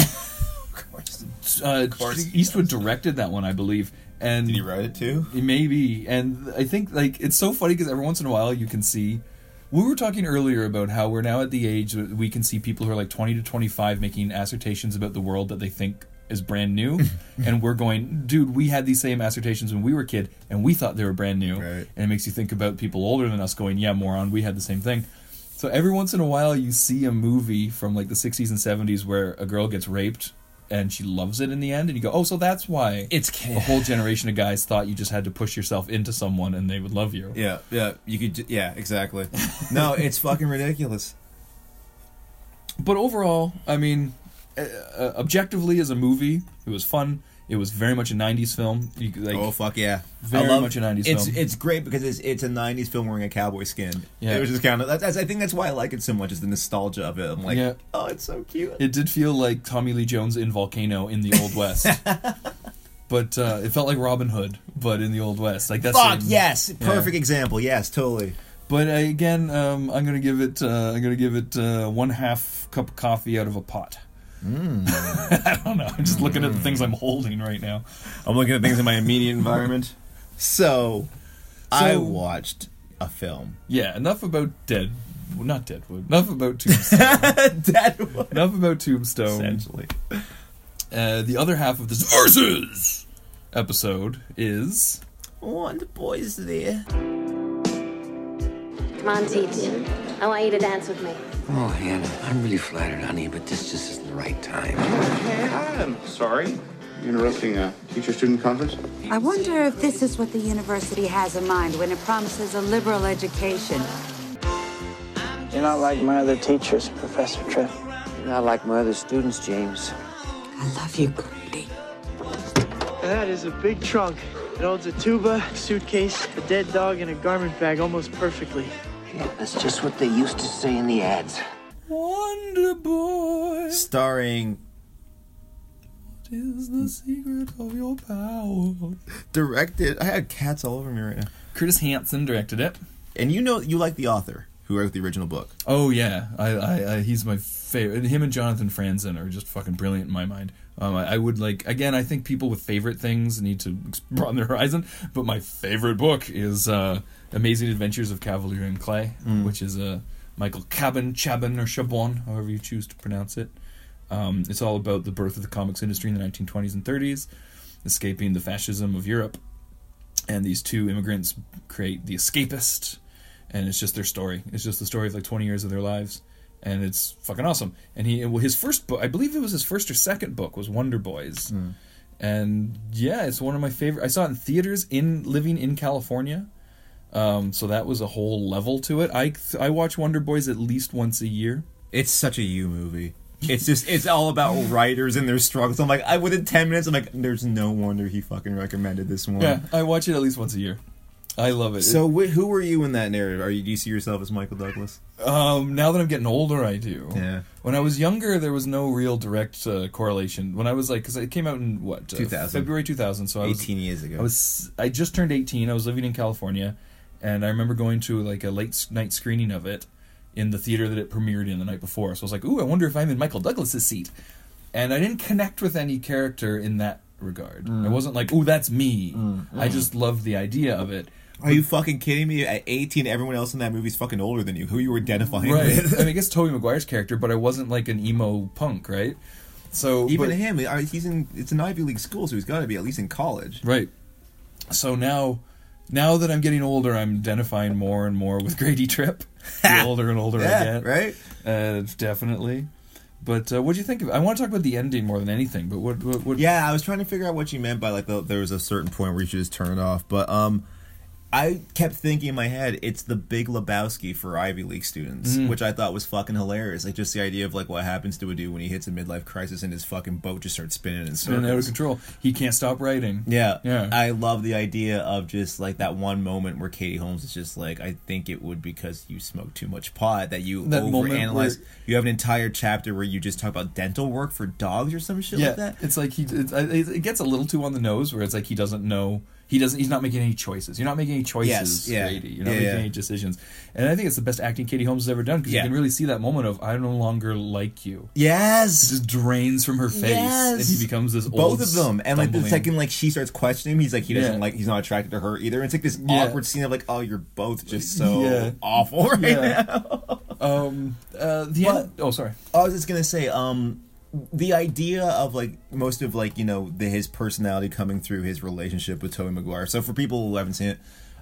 Speaker 1: uh,
Speaker 3: course he
Speaker 1: Eastwood directed that one, I believe. And
Speaker 3: did he write it too?
Speaker 1: Maybe, and I think like it's so funny because every once in a while you can see. We were talking earlier about how we're now at the age that we can see people who are like twenty to twenty-five making assertions about the world that they think is brand new, and we're going, dude, we had these same assertions when we were a kid, and we thought they were brand new,
Speaker 3: Right.
Speaker 1: and it makes you think about people older than us going, yeah, moron, we had the same thing. So every once in a while you see a movie from like the sixties and seventies where a girl gets raped. And she loves it in the end, and you go, oh, so that's why
Speaker 3: It's
Speaker 1: a whole generation of guys thought you just had to push yourself into someone and they would love you.
Speaker 3: Yeah, yeah. You could. Ju- yeah, exactly. No, it's fucking ridiculous.
Speaker 1: But overall, I mean, uh, uh, objectively as a movie, it was fun. It was very much a '90s film. You, could, like,
Speaker 3: Oh fuck yeah!
Speaker 1: Very much a 90s
Speaker 3: it's,
Speaker 1: film.
Speaker 3: It's great because it's it's a '90s film wearing a cowboy skin.
Speaker 1: Yeah.
Speaker 3: it was just kind of. That's, I think that's why I like it so much is the nostalgia of it. I'm like,
Speaker 1: Yeah.
Speaker 3: oh, it's so cute.
Speaker 1: it did feel like Tommy Lee Jones in Volcano in the Old West. but uh, it felt like Robin Hood, but in the Old West. Like that's
Speaker 3: Fuck
Speaker 1: the-
Speaker 3: yes! Perfect example. Yes, totally.
Speaker 1: But I, again, um, I'm gonna give it. Uh, I'm gonna give it uh, one half cup of coffee out of a pot.
Speaker 3: Mm.
Speaker 1: I don't know. I'm just looking at the things I'm holding right now.
Speaker 3: I'm looking at things in my immediate environment. So, I
Speaker 1: So-
Speaker 3: watched a film.
Speaker 1: Yeah, enough about dead. Well, not Deadwood. Enough about Tombstone.
Speaker 3: that one.
Speaker 1: enough about Tombstone.
Speaker 3: Essentially.
Speaker 1: Uh, the other half of this versus episode is
Speaker 3: One boy's there.
Speaker 11: Come on, Teach. I want you to dance with me.
Speaker 12: Oh, Hannah, I'm really flattered, honey, but this just isn't the right time.
Speaker 13: I'm sorry. Interrupting a teacher student conference?
Speaker 11: I wonder if this is what the university has in mind when it promises a liberal education.
Speaker 12: You're not like my other teachers, Professor Tripp. You're not like my other students, James.
Speaker 11: I love you, Cody.
Speaker 6: That is a big trunk. It holds a tuba, suitcase, a dead dog, and a garment bag almost perfectly.
Speaker 12: Yeah, that's just what they used to say in the ads.
Speaker 1: Wonder Boy.
Speaker 3: Starring,
Speaker 1: Is the secret of your power?
Speaker 3: directed. I had cats all over me right now.
Speaker 1: Curtis Hanson directed it.
Speaker 3: And you know, you like the author who wrote the original book.
Speaker 1: Oh yeah, I, I, I he's my favorite. Him and Jonathan Franzen are just fucking brilliant in my mind. Um, I, I would like again. I think people with favorite things need to ex- broaden their horizon. But my favorite book is uh, Amazing Adventures of Cavalier and Clay, which is uh, Michael Cabin, Chabon, or Chabon, however you choose to pronounce it. Um, it's all about the birth of the comics industry in the 1920s and 30s, escaping the fascism of Europe and these two immigrants create the escapist and it's just their story it's just the story of like 20 years of their lives and it's fucking awesome and he well, his first book i believe it was his first or second book was wonder boys and yeah it's one of my favorite i saw it in theaters in living in california um, so that was a whole level to it i i watch wonder boys at least once a year
Speaker 3: It's such a you movie. It's just, it's all about writers and their struggles. I'm like, I within 10 minutes, I'm like, there's no wonder he fucking recommended this one.
Speaker 1: yeah i watch it at least once a year I love it.
Speaker 3: So, wh- who were you in that narrative? Are you do you see yourself as Michael Douglas?
Speaker 1: Um, now that I'm getting older, I do.
Speaker 3: Yeah.
Speaker 1: When I was younger, there was no real direct uh, correlation. When I was like, because it came out in what uh,
Speaker 3: 2000.
Speaker 1: February 2000, so I was
Speaker 3: Eighteen years ago.
Speaker 1: I was I just turned 18. I was living in California, and I remember going to like a late s- night screening of it in the theater that it premiered in the night before. So I was like, "Ooh, I wonder if I'm in Michael Douglas's seat." And I didn't connect with any character in that regard.
Speaker 3: Mm.
Speaker 1: I wasn't like, "Ooh, that's me." I just loved the idea of it.
Speaker 3: Are you fucking kidding me? At eighteen, everyone else in that movie's fucking older than you. Who you were identifying
Speaker 1: Right.
Speaker 3: with?
Speaker 1: I mean, I guess Toby Maguire's character, but I wasn't like an emo punk, right? So
Speaker 3: Even
Speaker 1: but-
Speaker 3: him, uh, he's in. It's an Ivy League school, so he's got to be at least in college.
Speaker 1: Right. So now, now that I'm getting older, I'm identifying more and more with Grady Tripp. the older and older I
Speaker 3: Yeah,
Speaker 1: get,
Speaker 3: right.
Speaker 1: Uh, definitely. But uh, what do you think of? I want to talk about the ending more than anything. But what? What? what
Speaker 3: Yeah, I was trying to figure out what you meant by like the, there was a certain point where you should just turn it off, but um, I kept thinking in my head it's the Big Lebowski for Ivy League students, which I thought was fucking hilarious. Like just the idea of like what happens to a dude when he hits a midlife crisis and his fucking boat just starts spinning and
Speaker 1: been out of
Speaker 3: circles.
Speaker 1: control. He can't stop writing.
Speaker 3: Yeah,
Speaker 1: Yeah.
Speaker 3: I love the idea of just like that one moment where Katie Holmes is just like, I think it would because you smoke too much pot that you
Speaker 1: That moment
Speaker 3: overanalyze.
Speaker 1: where-
Speaker 3: You have an entire chapter where you just talk about dental work for dogs or some shit
Speaker 1: yeah.
Speaker 3: like that.
Speaker 1: It's like he. It's, I- it gets a little too on the nose, where it's like he doesn't know. He doesn't. He's not making any choices. You're not making any choices,
Speaker 3: Yes, yeah.
Speaker 1: Grady. You're not
Speaker 3: Yeah,
Speaker 1: making
Speaker 3: yeah.
Speaker 1: any decisions. And I think it's the best acting Katie Holmes has ever done because
Speaker 3: Yeah.
Speaker 1: you can really see that moment of I no longer like you.
Speaker 3: Yes,
Speaker 1: just drains from her face,
Speaker 3: Yes.
Speaker 1: and he becomes this. old
Speaker 3: both of them. And like the
Speaker 1: stumbling-
Speaker 3: second like she starts questioning him, he's like he doesn't
Speaker 1: Yeah.
Speaker 3: like he's not attracted to her either. It's like this
Speaker 1: Yeah.
Speaker 3: awkward scene of like, oh, you're both just so
Speaker 1: Yeah.
Speaker 3: awful right
Speaker 1: Yeah.
Speaker 3: now.
Speaker 1: um, uh, the
Speaker 3: But-
Speaker 1: end. Oh, sorry.
Speaker 3: I was just gonna say, um, the idea of like most of like you know the, his personality coming through his relationship with Toby Maguire. So for people who haven't seen it,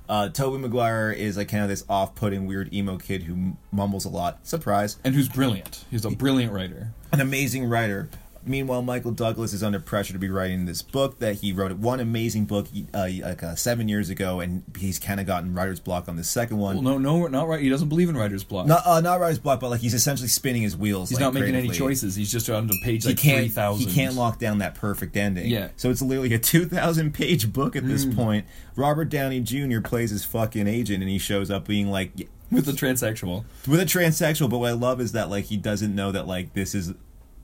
Speaker 3: uh, Toby Maguire is like kind of this off-putting weird emo kid who mumbles a lot. Surprise.
Speaker 1: And who's brilliant? He's a brilliant writer.
Speaker 3: an amazing writer. Meanwhile, Michael Douglas is under pressure to be writing this book that he wrote one amazing book uh, like uh, seven years ago, and he's kind of gotten writer's block on the second one.
Speaker 1: Well, no, no, not right. He doesn't believe in writer's block.
Speaker 3: Not uh, not writer's block, but like he's essentially spinning his wheels.
Speaker 1: he's
Speaker 3: like,
Speaker 1: not making any
Speaker 3: creatively.
Speaker 1: choices. He's just on the page
Speaker 3: He
Speaker 1: like
Speaker 3: can't.
Speaker 1: three thousand.
Speaker 3: He can't lock down that perfect ending.
Speaker 1: Yeah. Mm.
Speaker 3: So it's literally a two thousand page book at this point. Robert Downey Jr. plays his fucking agent, and he shows up being like,
Speaker 1: with the transsexual.
Speaker 3: with a transsexual. But what I love is that like he doesn't know that like this is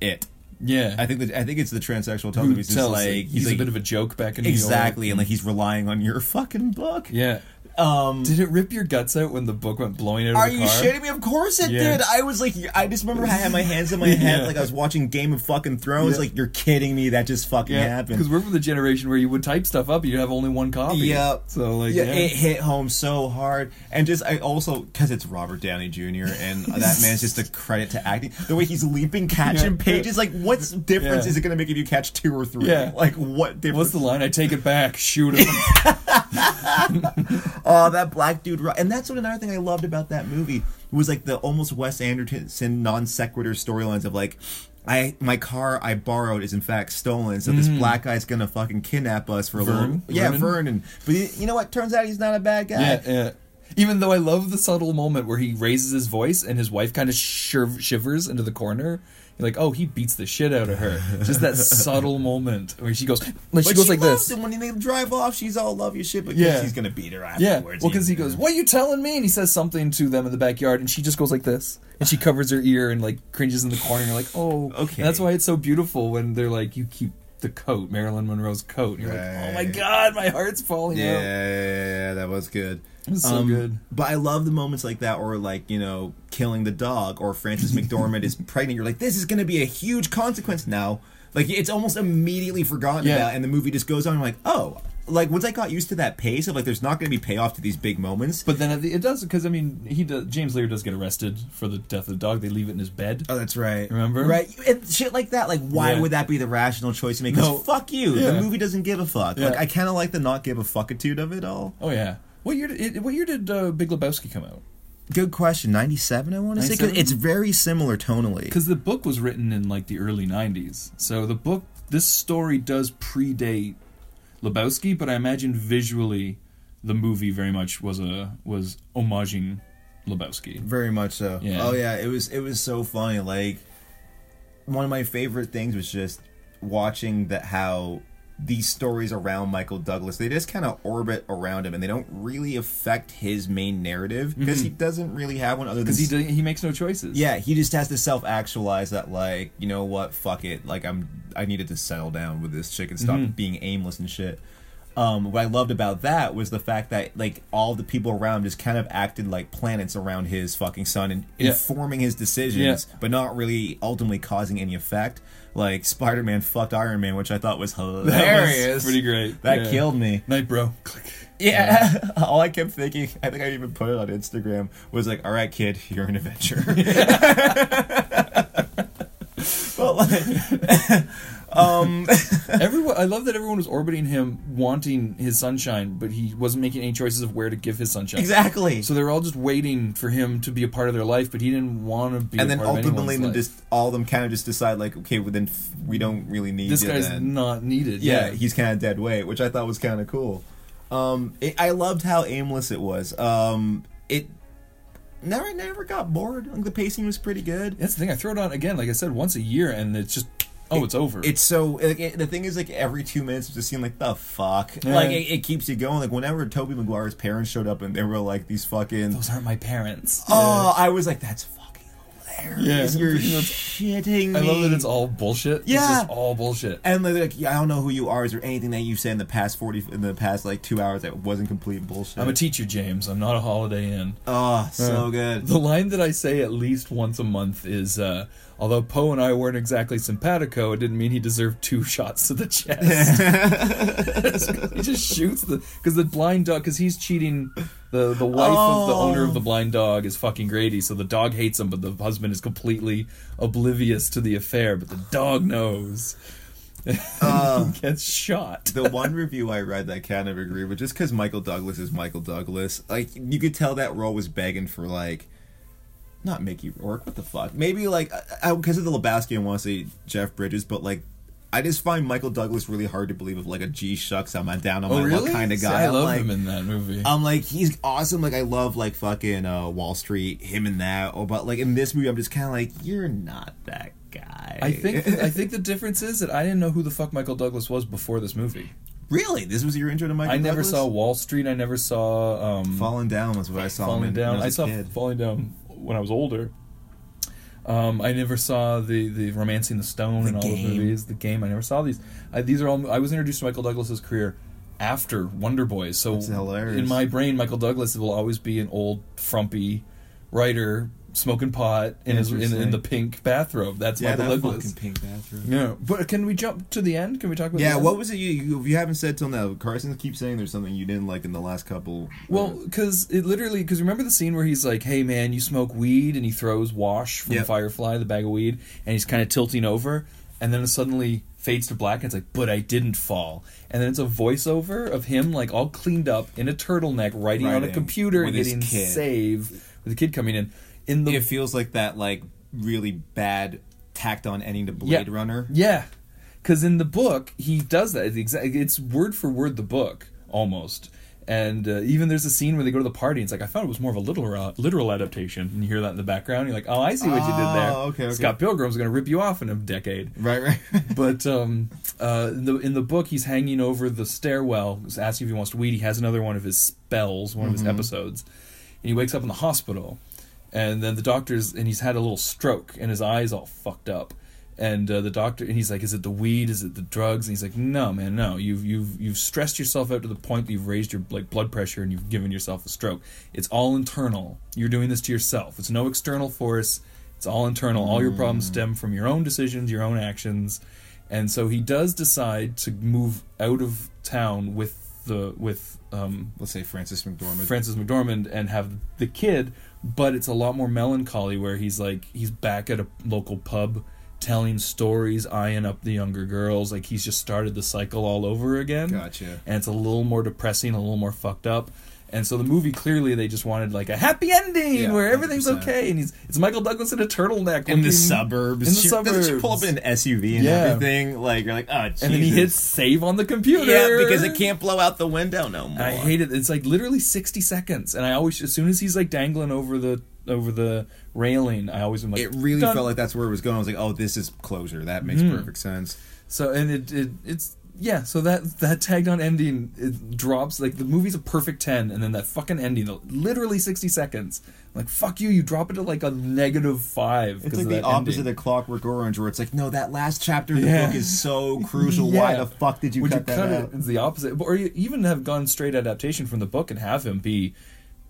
Speaker 3: it.
Speaker 1: Yeah,
Speaker 3: I think that I think it's the transsexual
Speaker 1: Who
Speaker 3: telling him he's just
Speaker 1: tells
Speaker 3: like
Speaker 1: it?
Speaker 3: he's,
Speaker 1: he's,
Speaker 3: like,
Speaker 1: a bit of a joke back in New York.
Speaker 3: exactly, and like he's relying on your fucking book.
Speaker 1: Yeah.
Speaker 3: Um,
Speaker 1: Did it rip your guts out when the book went blowing out of
Speaker 3: are
Speaker 1: the
Speaker 3: you
Speaker 1: car?
Speaker 3: shitting me? Of course it
Speaker 1: Yeah.
Speaker 3: did. I was like, I just remember I had my hands in my head,
Speaker 1: Yeah.
Speaker 3: like I was watching Game of Fucking Thrones.
Speaker 1: Yeah.
Speaker 3: Like you're kidding me? That just fucking
Speaker 1: Yeah, because
Speaker 3: happened.
Speaker 1: we're from the generation where you would type stuff up, you have only one copy.
Speaker 3: Yep.
Speaker 1: So like,
Speaker 3: yeah,
Speaker 1: yeah,
Speaker 3: it hit home so hard, and just I also because it's Robert Downey Jr. and that man's just a credit to acting. The way he's leaping, catching
Speaker 1: Yeah.
Speaker 3: pages, like what's difference
Speaker 1: Yeah.
Speaker 3: is it going to make if you catch two or three?
Speaker 1: Yeah.
Speaker 3: like what difference?
Speaker 1: What's the line? I take it back. Shoot him.
Speaker 3: Oh, that black dude, ro- and that's what another thing I loved about that movie was like the almost Wes Anderson non sequitur storylines of like, I my car I borrowed is in fact stolen, so this black guy's gonna fucking kidnap us for a little,
Speaker 1: Mm. Vern?
Speaker 3: yeah,
Speaker 1: Vernon?
Speaker 3: Vernon. But you- you know what? Turns out he's not a bad guy.
Speaker 1: Yeah, yeah. Even though I love the subtle moment where he raises his voice and his wife kind of shiv- shivers into the corner. You're like, oh, he beats the shit out of her. Just that subtle moment where she goes, like
Speaker 3: But
Speaker 1: she goes like
Speaker 3: loves
Speaker 1: this.
Speaker 3: him when they drive off. She's all love you shit, but
Speaker 1: Yeah.
Speaker 3: he's gonna beat her
Speaker 1: Yeah,
Speaker 3: afterwards.
Speaker 1: well, because he goes, "What are you telling me?" And he says something to them in the backyard, and she just goes like this, and she covers her ear and like cringes in the corner. And you're like, "Oh,
Speaker 3: Okay.
Speaker 1: And that's why it's so beautiful when they're like, "You keep the coat, Marilyn Monroe's coat." And you're like, "Oh my
Speaker 3: Right.
Speaker 1: god, my heart's falling
Speaker 3: Yeah,
Speaker 1: out."
Speaker 3: yeah, that was good. Um,
Speaker 1: was so good.
Speaker 3: But I love the moments like that, or like you know, killing the dog, or Frances McDormand is pregnant. You're like, this is going to be a huge consequence now. Like it's almost immediately forgotten
Speaker 1: Yeah.
Speaker 3: about, and the movie just goes on. I'm like, oh, like once I got used to that pace of like, there's not going to be payoff to these big moments.
Speaker 1: But then at the- it does because I mean he does, James Lear does get arrested for the death of the dog. They leave it in his bed.
Speaker 3: Oh, that's right.
Speaker 1: Remember?
Speaker 3: Right. And shit like that. Like, why
Speaker 1: Yeah.
Speaker 3: would that be the rational choice to make? 'Cause
Speaker 1: No.
Speaker 3: fuck you.
Speaker 1: Yeah.
Speaker 3: The movie doesn't give a fuck.
Speaker 1: Yeah.
Speaker 3: Like, I kind of like the not give a fuckitude of it all.
Speaker 1: Oh yeah. What year? Did, it- what year did uh, Big Lebowski come out?
Speaker 3: Good question. 97, I want to say. 'Cause
Speaker 1: 97?
Speaker 3: It's very similar tonally.
Speaker 1: Because the book was written in like the early '90s, so the book, this story does predate Lebowski, but I imagine visually, the movie very much was a was homaging Lebowski.
Speaker 3: Very much so.
Speaker 1: Yeah.
Speaker 3: Oh yeah, it was it was so funny. Like one of my favorite things was just watching that how these stories around Michael Douglas. They just kind of orbit around him, and they don't really affect his main narrative because he doesn't really have one other than
Speaker 1: Mm-hmm. because he doesn't- he makes no choices.
Speaker 3: yeah, he just has to self actualize that, like, you know what, fuck it. Like, I'm, I needed to settle down with this chick and stop
Speaker 1: Mhm.
Speaker 3: being aimless and shit. Um, what I loved about that was the fact that, like, all the people around just kind of acted like planets around his fucking son and
Speaker 1: Yeah.
Speaker 3: informing his decisions, but not really ultimately causing any effect. Like, Spider Man fucked Iron Man, which I thought was hilarious.
Speaker 1: pretty great.
Speaker 3: That
Speaker 1: Yeah.
Speaker 3: killed me.
Speaker 1: Night, bro. Click.
Speaker 3: Yeah. All I kept thinking, I think I even put it on Instagram, was like, all right, kid, you're an adventure. well, like, um,
Speaker 1: everyone, I love that everyone was orbiting him, wanting his sunshine, but he wasn't making any choices of where to give his sunshine.
Speaker 3: Exactly.
Speaker 1: So they were all just waiting for him to be a part of their life, but he didn't want to be.
Speaker 3: and
Speaker 1: a
Speaker 3: then
Speaker 1: part
Speaker 3: ultimately,
Speaker 1: of
Speaker 3: then
Speaker 1: anyone's
Speaker 3: just all of them kind of just decide, like, okay, well, then f- we don't really need
Speaker 1: This
Speaker 3: you
Speaker 1: guy's
Speaker 3: then.
Speaker 1: not needed,
Speaker 3: Yeah,
Speaker 1: yeah.
Speaker 3: he's kind of dead weight, which I thought was kind of cool. Um, it, I loved how aimless it was. Um, it never never got bored. Like, the pacing was pretty good.
Speaker 1: That's the thing. I throw it on again, like I said, once a year, and it's just oh, it's over.
Speaker 3: It's so like, it, the thing is like every two minutes it just seemed like the fuck
Speaker 1: Yeah.
Speaker 3: like it, it keeps you going like whenever Toby Maguire's parents showed up and they were like these fucking
Speaker 1: those aren't my parents.
Speaker 3: oh I was like that's fucking
Speaker 1: yeah.
Speaker 3: hilarious you're shitting me
Speaker 1: I love that it's all bullshit.
Speaker 3: Yeah.
Speaker 1: it's just all bullshit.
Speaker 3: and like, they're like I don't know who you are is there anything that you said in the past forty in the past like two hours that wasn't complete bullshit
Speaker 1: I'm a teacher, James. I'm not a Holiday Inn.
Speaker 3: oh so
Speaker 1: Uh,
Speaker 3: good
Speaker 1: The line that I say at least once a month is, uh, although Poe and I weren't exactly simpatico, it didn't mean he deserved two shots to the chest. he just shoots the because the blind dog because he's cheating. The, the wife of the owner of the blind dog is fucking Grady, so the dog hates him, but the husband is completely oblivious to the affair, but the dog knows. he gets shot.
Speaker 3: the one review I read that kind of agreed with, just because Michael Douglas is Michael Douglas, like you could tell that role was begging for like, not Mickey Rourke. What the fuck? Maybe like because of the Lebowski, I want to say Jeff Bridges, but like. I just find Michael Douglas really hard to believe of like a G shucks I'm a down on my luck kind of
Speaker 1: Oh, See,
Speaker 3: guy.
Speaker 1: I love
Speaker 3: am like,
Speaker 1: him in that movie.
Speaker 3: I'm like he's awesome. Like I love like fucking uh, Wall Street, him and that. Or but like in this movie, I'm just kind of like you're not that guy.
Speaker 1: I think I think the difference is that I didn't know who the fuck Michael Douglas was before this movie.
Speaker 3: really this was your intro to Michael.
Speaker 1: I never
Speaker 3: Douglas?
Speaker 1: saw Wall Street. I never saw um,
Speaker 3: Falling Down was what I saw. him
Speaker 1: Falling
Speaker 3: in when
Speaker 1: Down.
Speaker 3: was
Speaker 1: I
Speaker 3: a
Speaker 1: saw
Speaker 3: kid.
Speaker 1: Falling Down when I was older. Um, I never saw the the Romancing the Stone and all
Speaker 3: Game.
Speaker 1: those movies. The Game. I never saw these. I, these are all. I was introduced to Michael Douglas's career after Wonder Boys. So
Speaker 3: That's hilarious.
Speaker 1: in my brain, Michael Douglas will always be an old frumpy writer smoking pot in his in, in
Speaker 3: Interesting.
Speaker 1: the pink bathrobe. That's Michael Douglas.
Speaker 3: pink bathroom.
Speaker 1: Yeah, but can we jump to the end? Can we talk about?
Speaker 3: Yeah,
Speaker 1: the end?
Speaker 3: what was it you, you you haven't said till now? Carson keeps saying there's something you didn't like in the last couple.
Speaker 1: Well, because it literally, because remember the scene where he's like, "Hey, man, you smoke weed," and he throws Wash from
Speaker 3: Yep.
Speaker 1: Firefly, the bag of weed, and he's kind of tilting over, and then it suddenly fades to black, and it's like, "But I didn't fall," and then it's a voiceover of him like all cleaned up in a turtleneck, writing, on a
Speaker 3: Writing
Speaker 1: computer and
Speaker 3: with his
Speaker 1: getting
Speaker 3: kid.
Speaker 1: save with the kid coming in. In the
Speaker 3: it feels like that like really bad tacked on ending to
Speaker 1: Yeah.
Speaker 3: Blade Runner.
Speaker 1: Yeah, because in the book he does that. It's, exa- it's word for word the book almost. And uh, even there's a scene where they go to the party. And it's like I thought it was more of a literal literal adaptation, and you hear that in the background. You're like, oh, I see what you did there.
Speaker 3: Oh, okay, okay.
Speaker 1: Scott Pilgrim's gonna rip you off in a decade.
Speaker 3: Right, right.
Speaker 1: But um, uh, in, the, in the book, he's hanging over the stairwell, he's asking if he wants to weed. He has another one of his spells, one of his episodes, and he wakes up in the hospital. And then the doctor's, and he's had a little stroke, and his eyes all fucked up. And uh, the doctor, and he's like, "Is it the weed? Is it the drugs?" And he's like, "No, man, no. You've you've you've stressed yourself out to the point that you've raised your like blood pressure, and you've given yourself a stroke. It's all internal. You're doing this to yourself. It's no external force. It's all internal. All your problems stem from your own decisions, your own actions. And so he does decide to move out of town with the with um,
Speaker 3: Let's say Francis McDormand.
Speaker 1: Francis McDormand and have the kid, but it's a lot more melancholy where he's like he's back at a local pub telling stories, eyeing up the younger girls, like he's just started the cycle all over again.
Speaker 3: Gotcha.
Speaker 1: And it's a little more depressing, a little more fucked up. And so the movie clearly they just wanted like a happy ending
Speaker 3: Yeah,
Speaker 1: where everything's
Speaker 3: 100%.
Speaker 1: okay and he's it's Michael Douglas in a turtleneck
Speaker 3: in the
Speaker 1: looking-
Speaker 3: suburbs.
Speaker 1: in the
Speaker 3: She- doesn't
Speaker 1: suburbs
Speaker 3: She pull up in an SUV and
Speaker 1: Yeah.
Speaker 3: everything. Like you're like, oh, Jesus.
Speaker 1: and then he hits save on the computer.
Speaker 3: Yeah, because it can't blow out the window no more.
Speaker 1: I hate it. It's like literally sixty seconds, and I always, as soon as he's like dangling over the over the railing, I always am like,
Speaker 3: It really
Speaker 1: "Done." Hmm.
Speaker 3: felt like that's where it was going. I was like, oh, this is closure. That makes perfect sense.
Speaker 1: so, and it, it it's yeah, so that that tagged on ending it drops like the movie's a perfect ten, and then that fucking ending, literally sixty seconds. Like fuck you, you drop it to like a negative five.
Speaker 3: It's like the opposite
Speaker 1: ending.
Speaker 3: of Clockwork Orange, where it's like, no, that last chapter of
Speaker 1: Yeah.
Speaker 3: the book is so crucial. Why
Speaker 1: Yeah.
Speaker 3: the fuck did you
Speaker 1: Would
Speaker 3: cut that
Speaker 1: it-
Speaker 3: out?
Speaker 1: It's the opposite, or you even have gone straight adaptation from the book and have him be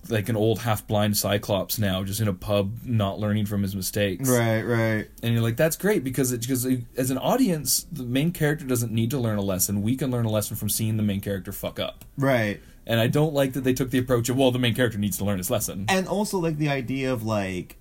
Speaker 1: like an old half-blind cyclops now, just in a pub, not learning from his mistakes.
Speaker 3: Right, right.
Speaker 1: And you're like, that's great because it, because as an audience, the main character doesn't need to learn a lesson. We can learn a lesson from seeing the main character fuck up.
Speaker 3: Right.
Speaker 1: And I don't like that they took the approach of well, the main character needs to learn his lesson.
Speaker 3: And also, like, the idea of, like,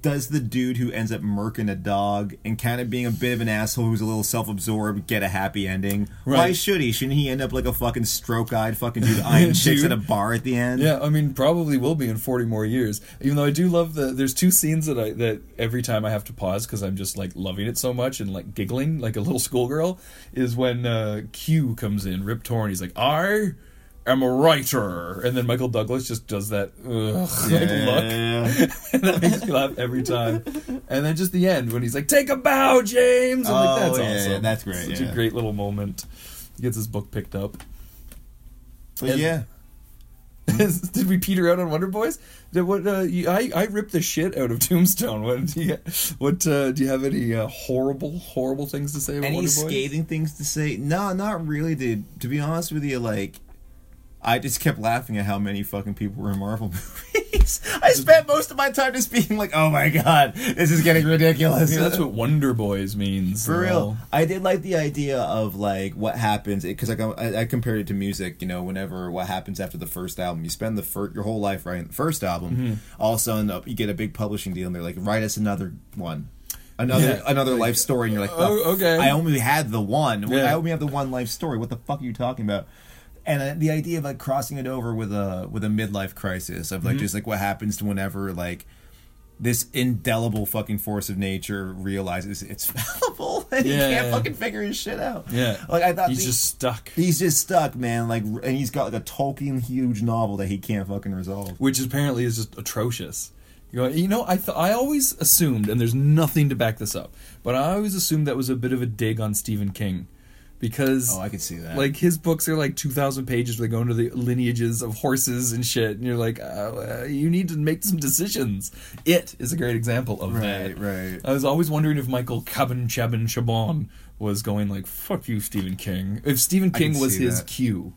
Speaker 3: does the dude who ends up murking a dog and kind of being a bit of an asshole who's a little self absorbed get a happy ending? Why
Speaker 1: Right.
Speaker 3: should he? Shouldn't he end up like a fucking stroke eyed fucking dude eyeing chicks at
Speaker 1: Dude.
Speaker 3: a bar at the end?
Speaker 1: Yeah, I mean, probably will be in 40 more years. Even though I do love the there's two scenes that I that every time I have to pause because I'm just like loving it so much and like giggling like a little schoolgirl is when uh, Q comes in, Rip Torn. He's like, I am a writer, and then Michael Douglas just does that ugh, like, look, and that makes me laugh every time. And then just the end when he's like, "Take a bow, James." I'm like,
Speaker 3: Oh,
Speaker 1: "That's
Speaker 3: yeah,
Speaker 1: awesome.
Speaker 3: yeah, that's great,
Speaker 1: Such
Speaker 3: yeah.
Speaker 1: a great little moment." He gets his book picked up.
Speaker 3: But
Speaker 1: And-
Speaker 3: yeah.
Speaker 1: Did we peter out on Wonder Boys? Did, what uh, you, I I ripped the shit out of Tombstone. What do you what uh, do you have any uh, horrible horrible things to say about
Speaker 3: Any
Speaker 1: Wonder Boys?
Speaker 3: scathing things to say? No, not really, dude. To be honest with you, like, I just kept laughing at how many fucking people were in Marvel movies. I spent most of my time just being like, "Oh my god, this is getting ridiculous."
Speaker 1: Yeah, that's what Wonder Boys means.
Speaker 3: For
Speaker 1: you
Speaker 3: real,
Speaker 1: know.
Speaker 3: I did like the idea of like what happens because like I, I compared it to music. You know, whenever what happens after the first album, you spend the fir- your whole life writing the first album.
Speaker 1: Mm-hmm.
Speaker 3: All of a sudden, uh, you get a big publishing deal, and they're like, "Write us another one." Another
Speaker 1: Yeah.
Speaker 3: another life story, and you're like,
Speaker 1: Oh,
Speaker 3: "Oh,
Speaker 1: okay.
Speaker 3: I only had the one.
Speaker 1: Yeah.
Speaker 3: I only have the one life story. What the fuck are you talking about?" And uh, the idea of like crossing it over with a with a midlife crisis of
Speaker 1: Mm-hmm.
Speaker 3: like just like what happens to whenever like this indelible fucking force of nature realizes it's fallible and he
Speaker 1: Yeah,
Speaker 3: can't
Speaker 1: yeah.
Speaker 3: fucking figure his shit out.
Speaker 1: Yeah.
Speaker 3: like I thought
Speaker 1: He's
Speaker 3: the-
Speaker 1: just stuck.
Speaker 3: he's just stuck, man. Like, and he's got like a Tolkien huge novel that he can't fucking resolve.
Speaker 1: which apparently is just atrocious. You know, you know I th- I always assumed, and there's nothing to back this up, but I always assumed that was a bit of a dig on Stephen King, because
Speaker 3: Oh, I could see that.
Speaker 1: Like his books are like two thousand pages, they go into the lineages of horses and shit, and you're like, uh, uh, you need to make some decisions. It is a great example of
Speaker 3: Right,
Speaker 1: that.
Speaker 3: right.
Speaker 1: I was always wondering if Michael Cabin Chabin Chabon was going like, "Fuck you, Stephen King." If Stephen
Speaker 3: I can
Speaker 1: King was
Speaker 3: see
Speaker 1: his
Speaker 3: that.
Speaker 1: cue,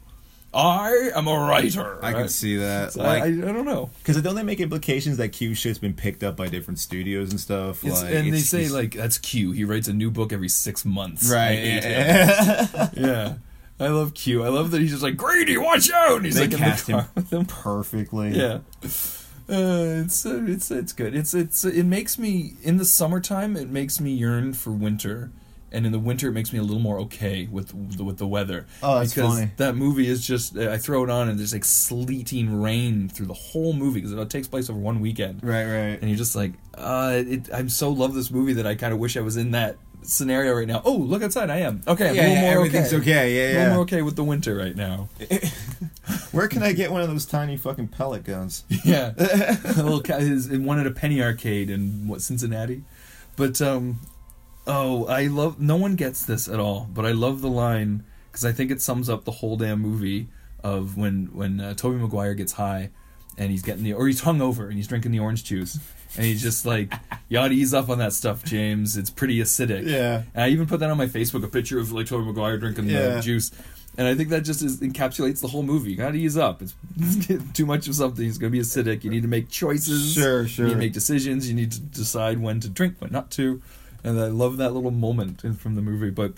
Speaker 1: I am a writer.
Speaker 3: I can see that.
Speaker 1: So
Speaker 3: like,
Speaker 1: I, I don't know.
Speaker 3: because don't they make implications that Q shit's been picked up by different studios and stuff?
Speaker 1: It's-
Speaker 3: like,
Speaker 1: and they
Speaker 3: it's-
Speaker 1: say
Speaker 3: it's-
Speaker 1: like that's Q. He writes a new book every six months. I
Speaker 3: right,
Speaker 1: hate him.
Speaker 3: yeah.
Speaker 1: yeah. I love Q. I love that he's just like Grady, watch out. And he's
Speaker 3: they
Speaker 1: like in the
Speaker 3: cast him
Speaker 1: car with him.
Speaker 3: perfectly.
Speaker 1: Yeah. Uh, it's uh, it's it's good. It's it's it makes me in the summertime. It makes me yearn for winter, and in the winter it makes me a little more okay with the, with the weather.
Speaker 3: Oh, that's
Speaker 1: because
Speaker 3: funny.
Speaker 1: that movie is just I throw it on and there's like sleeting rain through the whole movie because it takes place over one weekend.
Speaker 3: Right, right.
Speaker 1: And you're just like, uh, it, I'm so love this movie that I kind of wish I was in that scenario right now. Oh, look outside, I am okay. I'm
Speaker 3: Yeah,
Speaker 1: a little
Speaker 3: yeah,
Speaker 1: more
Speaker 3: everything's okay, yeah,
Speaker 1: A little
Speaker 3: yeah.
Speaker 1: more okay with the winter right now.
Speaker 3: Where can I get one of those tiny fucking pellet guns?
Speaker 1: Yeah, a little ca- his, one at a penny arcade in what Cincinnati, but um, oh, I love. No one gets this at all, but I love the line because I think it sums up the whole damn movie of when when uh, Toby Maguire gets high and he's getting the or he's hung over and he's drinking the orange juice and he's just like you ought to ease up on that stuff james it's pretty acidic
Speaker 3: Yeah.
Speaker 1: and i even put that on my facebook a picture of like toby Maguire drinking
Speaker 3: Yeah.
Speaker 1: the juice and I think that just is, encapsulates the whole movie. You gotta ease up. It's too much of something. It's gonna be acidic. You need to make choices.
Speaker 3: Sure,
Speaker 1: You need
Speaker 3: sure.
Speaker 1: to make decisions. You need to decide when to drink, when not to. And I love that little moment in, from the movie. But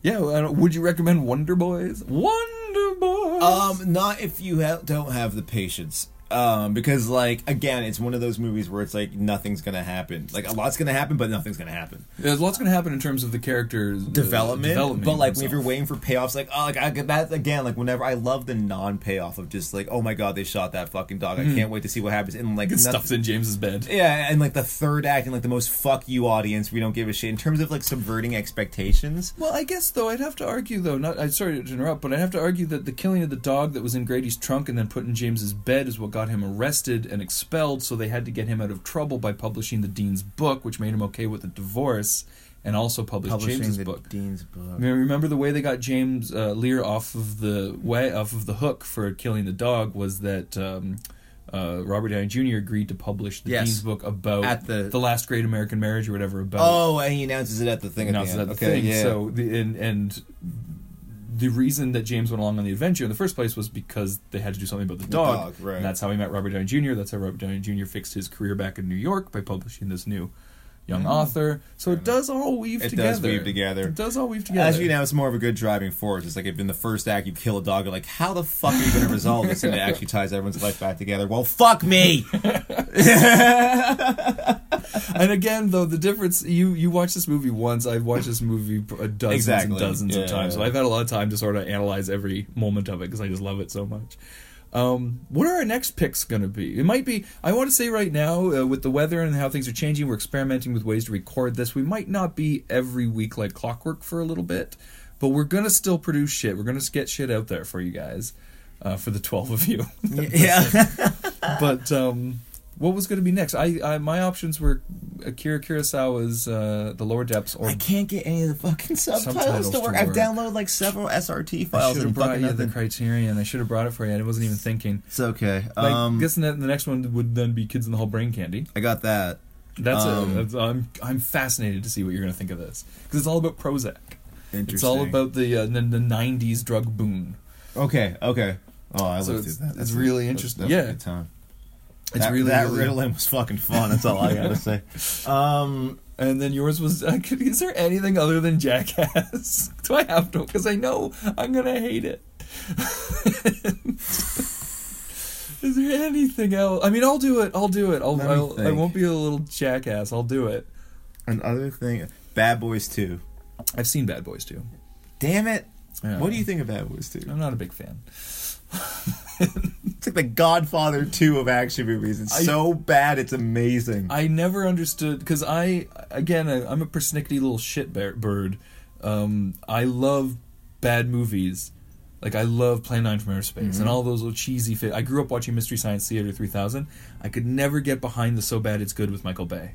Speaker 1: yeah, I don't, would you recommend Wonder Boys? Wonder Boys.
Speaker 3: Um, not if you ha- don't have the patience. Um, because like again, it's one of those movies where it's like nothing's gonna happen. Like a lot's gonna happen, but nothing's gonna happen.
Speaker 1: There's lots gonna happen in terms of the characters uh,
Speaker 3: Development,
Speaker 1: development
Speaker 3: but like
Speaker 1: himself.
Speaker 3: if you're waiting for payoffs, like oh, like I, that again, like whenever I love the non payoff of just like oh my god, they shot that fucking dog. I can't wait to see what happens. And like
Speaker 1: It
Speaker 3: nothing-
Speaker 1: stuffs Hmm. in James's bed.
Speaker 3: Yeah, and like the third act and like the most fuck you audience, we don't give a shit in terms of like subverting expectations.
Speaker 1: Well, I guess though I'd have to argue though. Not I sorry to interrupt, but I'd have to argue that the killing of the dog that was in Grady's trunk and then put in James's bed is what got him arrested and expelled. So they had to get him out of trouble by publishing the dean's book, which made him okay with the divorce. and also published
Speaker 3: Publishing
Speaker 1: James's
Speaker 3: the
Speaker 1: book.
Speaker 3: Dean's book.
Speaker 1: Re- Remember the way they got James uh, Lear off of the way off of the hook for killing the dog was that um, uh, Robert Downey Jr. agreed to publish the
Speaker 3: Yes.
Speaker 1: Dean's book about
Speaker 3: At the-
Speaker 1: last great American marriage or whatever about
Speaker 3: Oh, and he announces it at the thing. at the
Speaker 1: announces
Speaker 3: end.
Speaker 1: that
Speaker 3: okay,
Speaker 1: thing.
Speaker 3: Yeah.
Speaker 1: So the, and and the reason that James went along on the adventure in the first place was because they had to do something about the
Speaker 3: The
Speaker 1: dog.
Speaker 3: dog, right.
Speaker 1: And that's how he met Robert Downey Jr. That's how Robert Downey Jr. fixed his career back in New York by publishing this new young author. So it does all weave
Speaker 3: Mm-hmm. It
Speaker 1: together.
Speaker 3: does weave together.
Speaker 1: It does all weave together.
Speaker 3: As you know, it's more of a good driving force. It's like if in the first act you kill a dog, you're like, how the fuck are you going to resolve this? And it actually ties everyone's life back together. Well, fuck me!
Speaker 1: and again, though the difference you you watch this movie once, I've watched this movie p- uh, dozens
Speaker 3: Exactly.
Speaker 1: and dozens
Speaker 3: Yeah.
Speaker 1: of times, so I've had a lot of time to sort of analyze every moment of it because I just love it so much. Um, what are our next picks going to be? It might be. I want to say right now, uh, with the weather and how things are changing, we're experimenting with ways to record this. We might not be every week like clockwork for a little bit, but we're gonna still produce shit. We're gonna get shit out there for you guys, uh, for the twelve of you.
Speaker 3: yeah.
Speaker 1: but um, what was going to be next? I, I my options were Akira Kurosawa's uh, The Lower Depths or
Speaker 3: I can't get any of the fucking subtitles,
Speaker 1: Subtitles
Speaker 3: to,
Speaker 1: to
Speaker 3: work. I've
Speaker 1: work.
Speaker 3: downloaded like several SRT
Speaker 1: I
Speaker 3: files
Speaker 1: should have
Speaker 3: and
Speaker 1: brought
Speaker 3: fucking
Speaker 1: you the
Speaker 3: nothing.
Speaker 1: Criterion. I should have brought it for you. I wasn't even thinking.
Speaker 3: It's okay.
Speaker 1: Like,
Speaker 3: um,
Speaker 1: guessing that the next one would then be Kids in the Hall Brain Candy.
Speaker 3: I got that.
Speaker 1: That's
Speaker 3: Um,
Speaker 1: it. That's, I'm I'm fascinated to see what you're going to think of this because it's all about Prozac. It's all
Speaker 3: Interesting.
Speaker 1: about the uh, the, the '90s drug boom.
Speaker 3: Okay, okay. Oh, I
Speaker 1: So
Speaker 3: lived through
Speaker 1: it's-
Speaker 3: that.
Speaker 1: it's
Speaker 3: That's a-
Speaker 1: really
Speaker 3: that's-
Speaker 1: interesting.
Speaker 3: That's,
Speaker 1: Yeah.
Speaker 3: a good time.
Speaker 1: It's
Speaker 3: that,
Speaker 1: really,
Speaker 3: that
Speaker 1: really-
Speaker 3: Ritalin was fucking fun. That's all I gotta say. Um,
Speaker 1: And then yours was. Uh, could- is there anything other than Jackass? Do I have to? Because I know I'm gonna hate it. is there anything else? I mean, I'll do it. I'll do it. I'll.
Speaker 3: Let me
Speaker 1: I'll I
Speaker 3: think.
Speaker 1: won't be a little jackass. I'll do it.
Speaker 3: another thing, Bad Boys Two.
Speaker 1: I've seen Bad Boys too.
Speaker 3: Damn it!
Speaker 1: Yeah.
Speaker 3: What do you think of Bad Boys Two?
Speaker 1: I'm not a big fan.
Speaker 3: It's like the Godfather 2 of action movies. It's
Speaker 1: I-
Speaker 3: so bad, it's amazing.
Speaker 1: I never understood because I again I, I'm a persnickety little shit bear, bird. Um, I love bad movies. Like I love Plan Nine from Outer Space
Speaker 3: Mm-hmm.
Speaker 1: and all those little cheesy. Fi- I grew up watching Mystery Science Theater 3000. I could never get behind the So Bad It's Good with Michael Bay.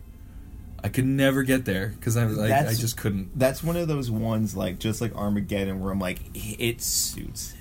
Speaker 1: I could never get there because I, I I
Speaker 3: That's-
Speaker 1: just couldn't.
Speaker 3: That's one of those ones, like just like Armageddon, where I'm like, it suits him.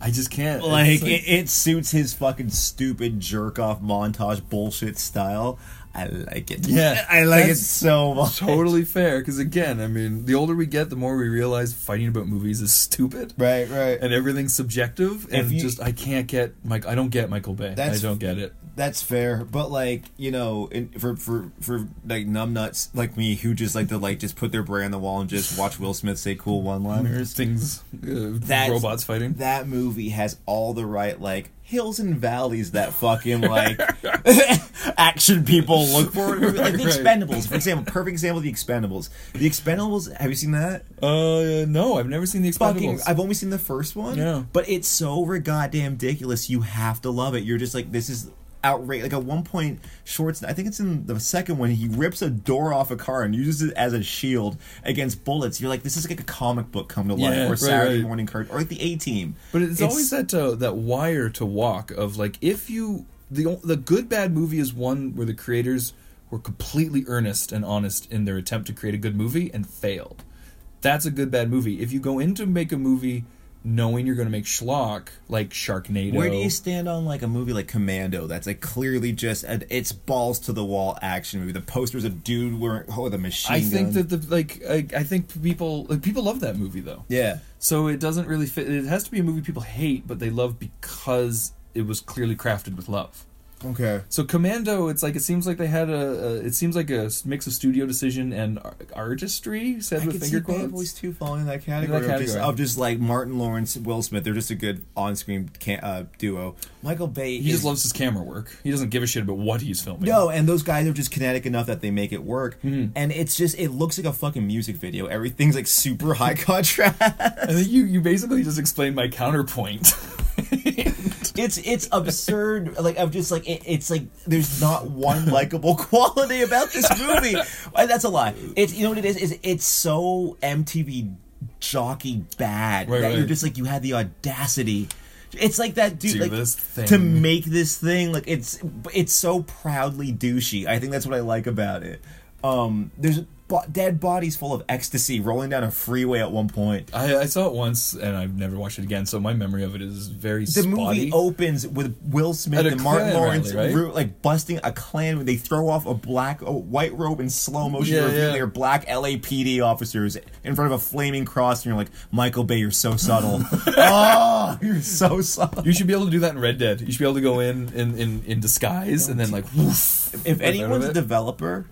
Speaker 1: I just can't. It's
Speaker 3: Like, it, it suits his fucking stupid jerk off montage bullshit style. I like it.
Speaker 1: Yeah.
Speaker 3: I like it
Speaker 1: That's
Speaker 3: so much.
Speaker 1: totally fair because again, I mean, the older we get, the more we realize fighting about movies is stupid.
Speaker 3: Right, right.
Speaker 1: and everything's subjective and
Speaker 3: you-
Speaker 1: just I can't get Mike I don't get Michael Bay. I
Speaker 3: That's-
Speaker 1: don't get it.
Speaker 3: That's fair, but like you know, in, for for for like numbnuts like me who just like to like just put their brain on the wall and just watch Will Smith say cool one-liners.
Speaker 1: Things uh,
Speaker 3: That's-
Speaker 1: robots fighting.
Speaker 3: that movie has all the right like hills and valleys that fucking like action people look for. Like the
Speaker 1: Right.
Speaker 3: Expendables, for example, perfect example. The Expendables. The Expendables. Have you seen that?
Speaker 1: Uh no, I've never seen the
Speaker 3: Fucking,
Speaker 1: Expendables.
Speaker 3: I've only seen the first one.
Speaker 1: Yeah.
Speaker 3: But it's so re- goddamn ridiculous. You have to love it. You're just like this is. Outrage! Like at one point, Schwartz. I think it's in the second one. He rips a door off a car and uses it as a shield against bullets. You're like, this is like a comic book come to life,
Speaker 1: Yeah,
Speaker 3: or
Speaker 1: right,
Speaker 3: Saturday
Speaker 1: right.
Speaker 3: morning card, or like the A Team.
Speaker 1: but it's, always that uh, that wire to walk of like if you the o- the good bad movie is one where the creators were completely earnest and honest in their attempt to create a good movie and failed. That's a good bad movie. If you go in to make a movie knowing you're going to make schlock like Sharknado,
Speaker 3: Where do you stand on like a movie like Commando? That's like clearly just a, it's balls to the wall action movie. The posters of dude wearing oh the machine.
Speaker 1: I think
Speaker 3: gun.
Speaker 1: that the like I, I think people like, people love that movie though.
Speaker 3: yeah,
Speaker 1: So it doesn't really fit. It has to be a movie people hate, but they love because it was clearly crafted with love.
Speaker 3: okay,
Speaker 1: So Commando, it's like it seems like they had a. a it seems like a s- mix of studio decision and ar- artistry said
Speaker 3: I
Speaker 1: with
Speaker 3: could see
Speaker 1: finger
Speaker 3: Bad Boys
Speaker 1: quotes.
Speaker 3: Two falling in that category, Of, just,
Speaker 1: category.
Speaker 3: of just like Martin Lawrence, Will Smith. They're just a good on-screen can, uh, duo. Michael Bay.
Speaker 1: He
Speaker 3: is,
Speaker 1: just loves his camera work. He doesn't give a shit about what he's filming.
Speaker 3: No, and those guys are just kinetic enough that they make it work. And it's just it looks like a fucking music video. Everything's like super high contrast.
Speaker 1: and then you you basically just explained my counterpoint.
Speaker 3: It's it's absurd. Like I'm just like it, it's like there's not one likable quality about this movie. Uh, That's a lie. It's you know what it is is it's so MTV jockey bad
Speaker 1: Right,
Speaker 3: that you're
Speaker 1: right.
Speaker 3: just like you had the audacity. It's like that dude
Speaker 1: Do
Speaker 3: like,
Speaker 1: this thing.
Speaker 3: to make this thing like it's it's so proudly douchey. I think that's what I like about it. Um, there's bo- dead bodies full of ecstasy rolling down a freeway at one point.
Speaker 1: I, I saw it once and I've never watched it again, so my memory of it is very
Speaker 3: The
Speaker 1: spotty.
Speaker 3: movie opens with Will Smith
Speaker 1: At a
Speaker 3: and Martin
Speaker 1: Klan
Speaker 3: Lawrence
Speaker 1: rally, right?
Speaker 3: ru- like busting a Klan. when They throw off a black, a white robe in slow motion,
Speaker 1: Yeah,
Speaker 3: revealing
Speaker 1: yeah.
Speaker 3: they are black LAPD officers in front of a flaming cross, and you're like, Michael Bay, you're so subtle. oh, you're so subtle.
Speaker 1: you should be able to do that in Red Dead. You should be able to go in in, in, in disguise and then like woof.
Speaker 3: If
Speaker 1: Right out of
Speaker 3: anyone's a
Speaker 1: it.
Speaker 3: developer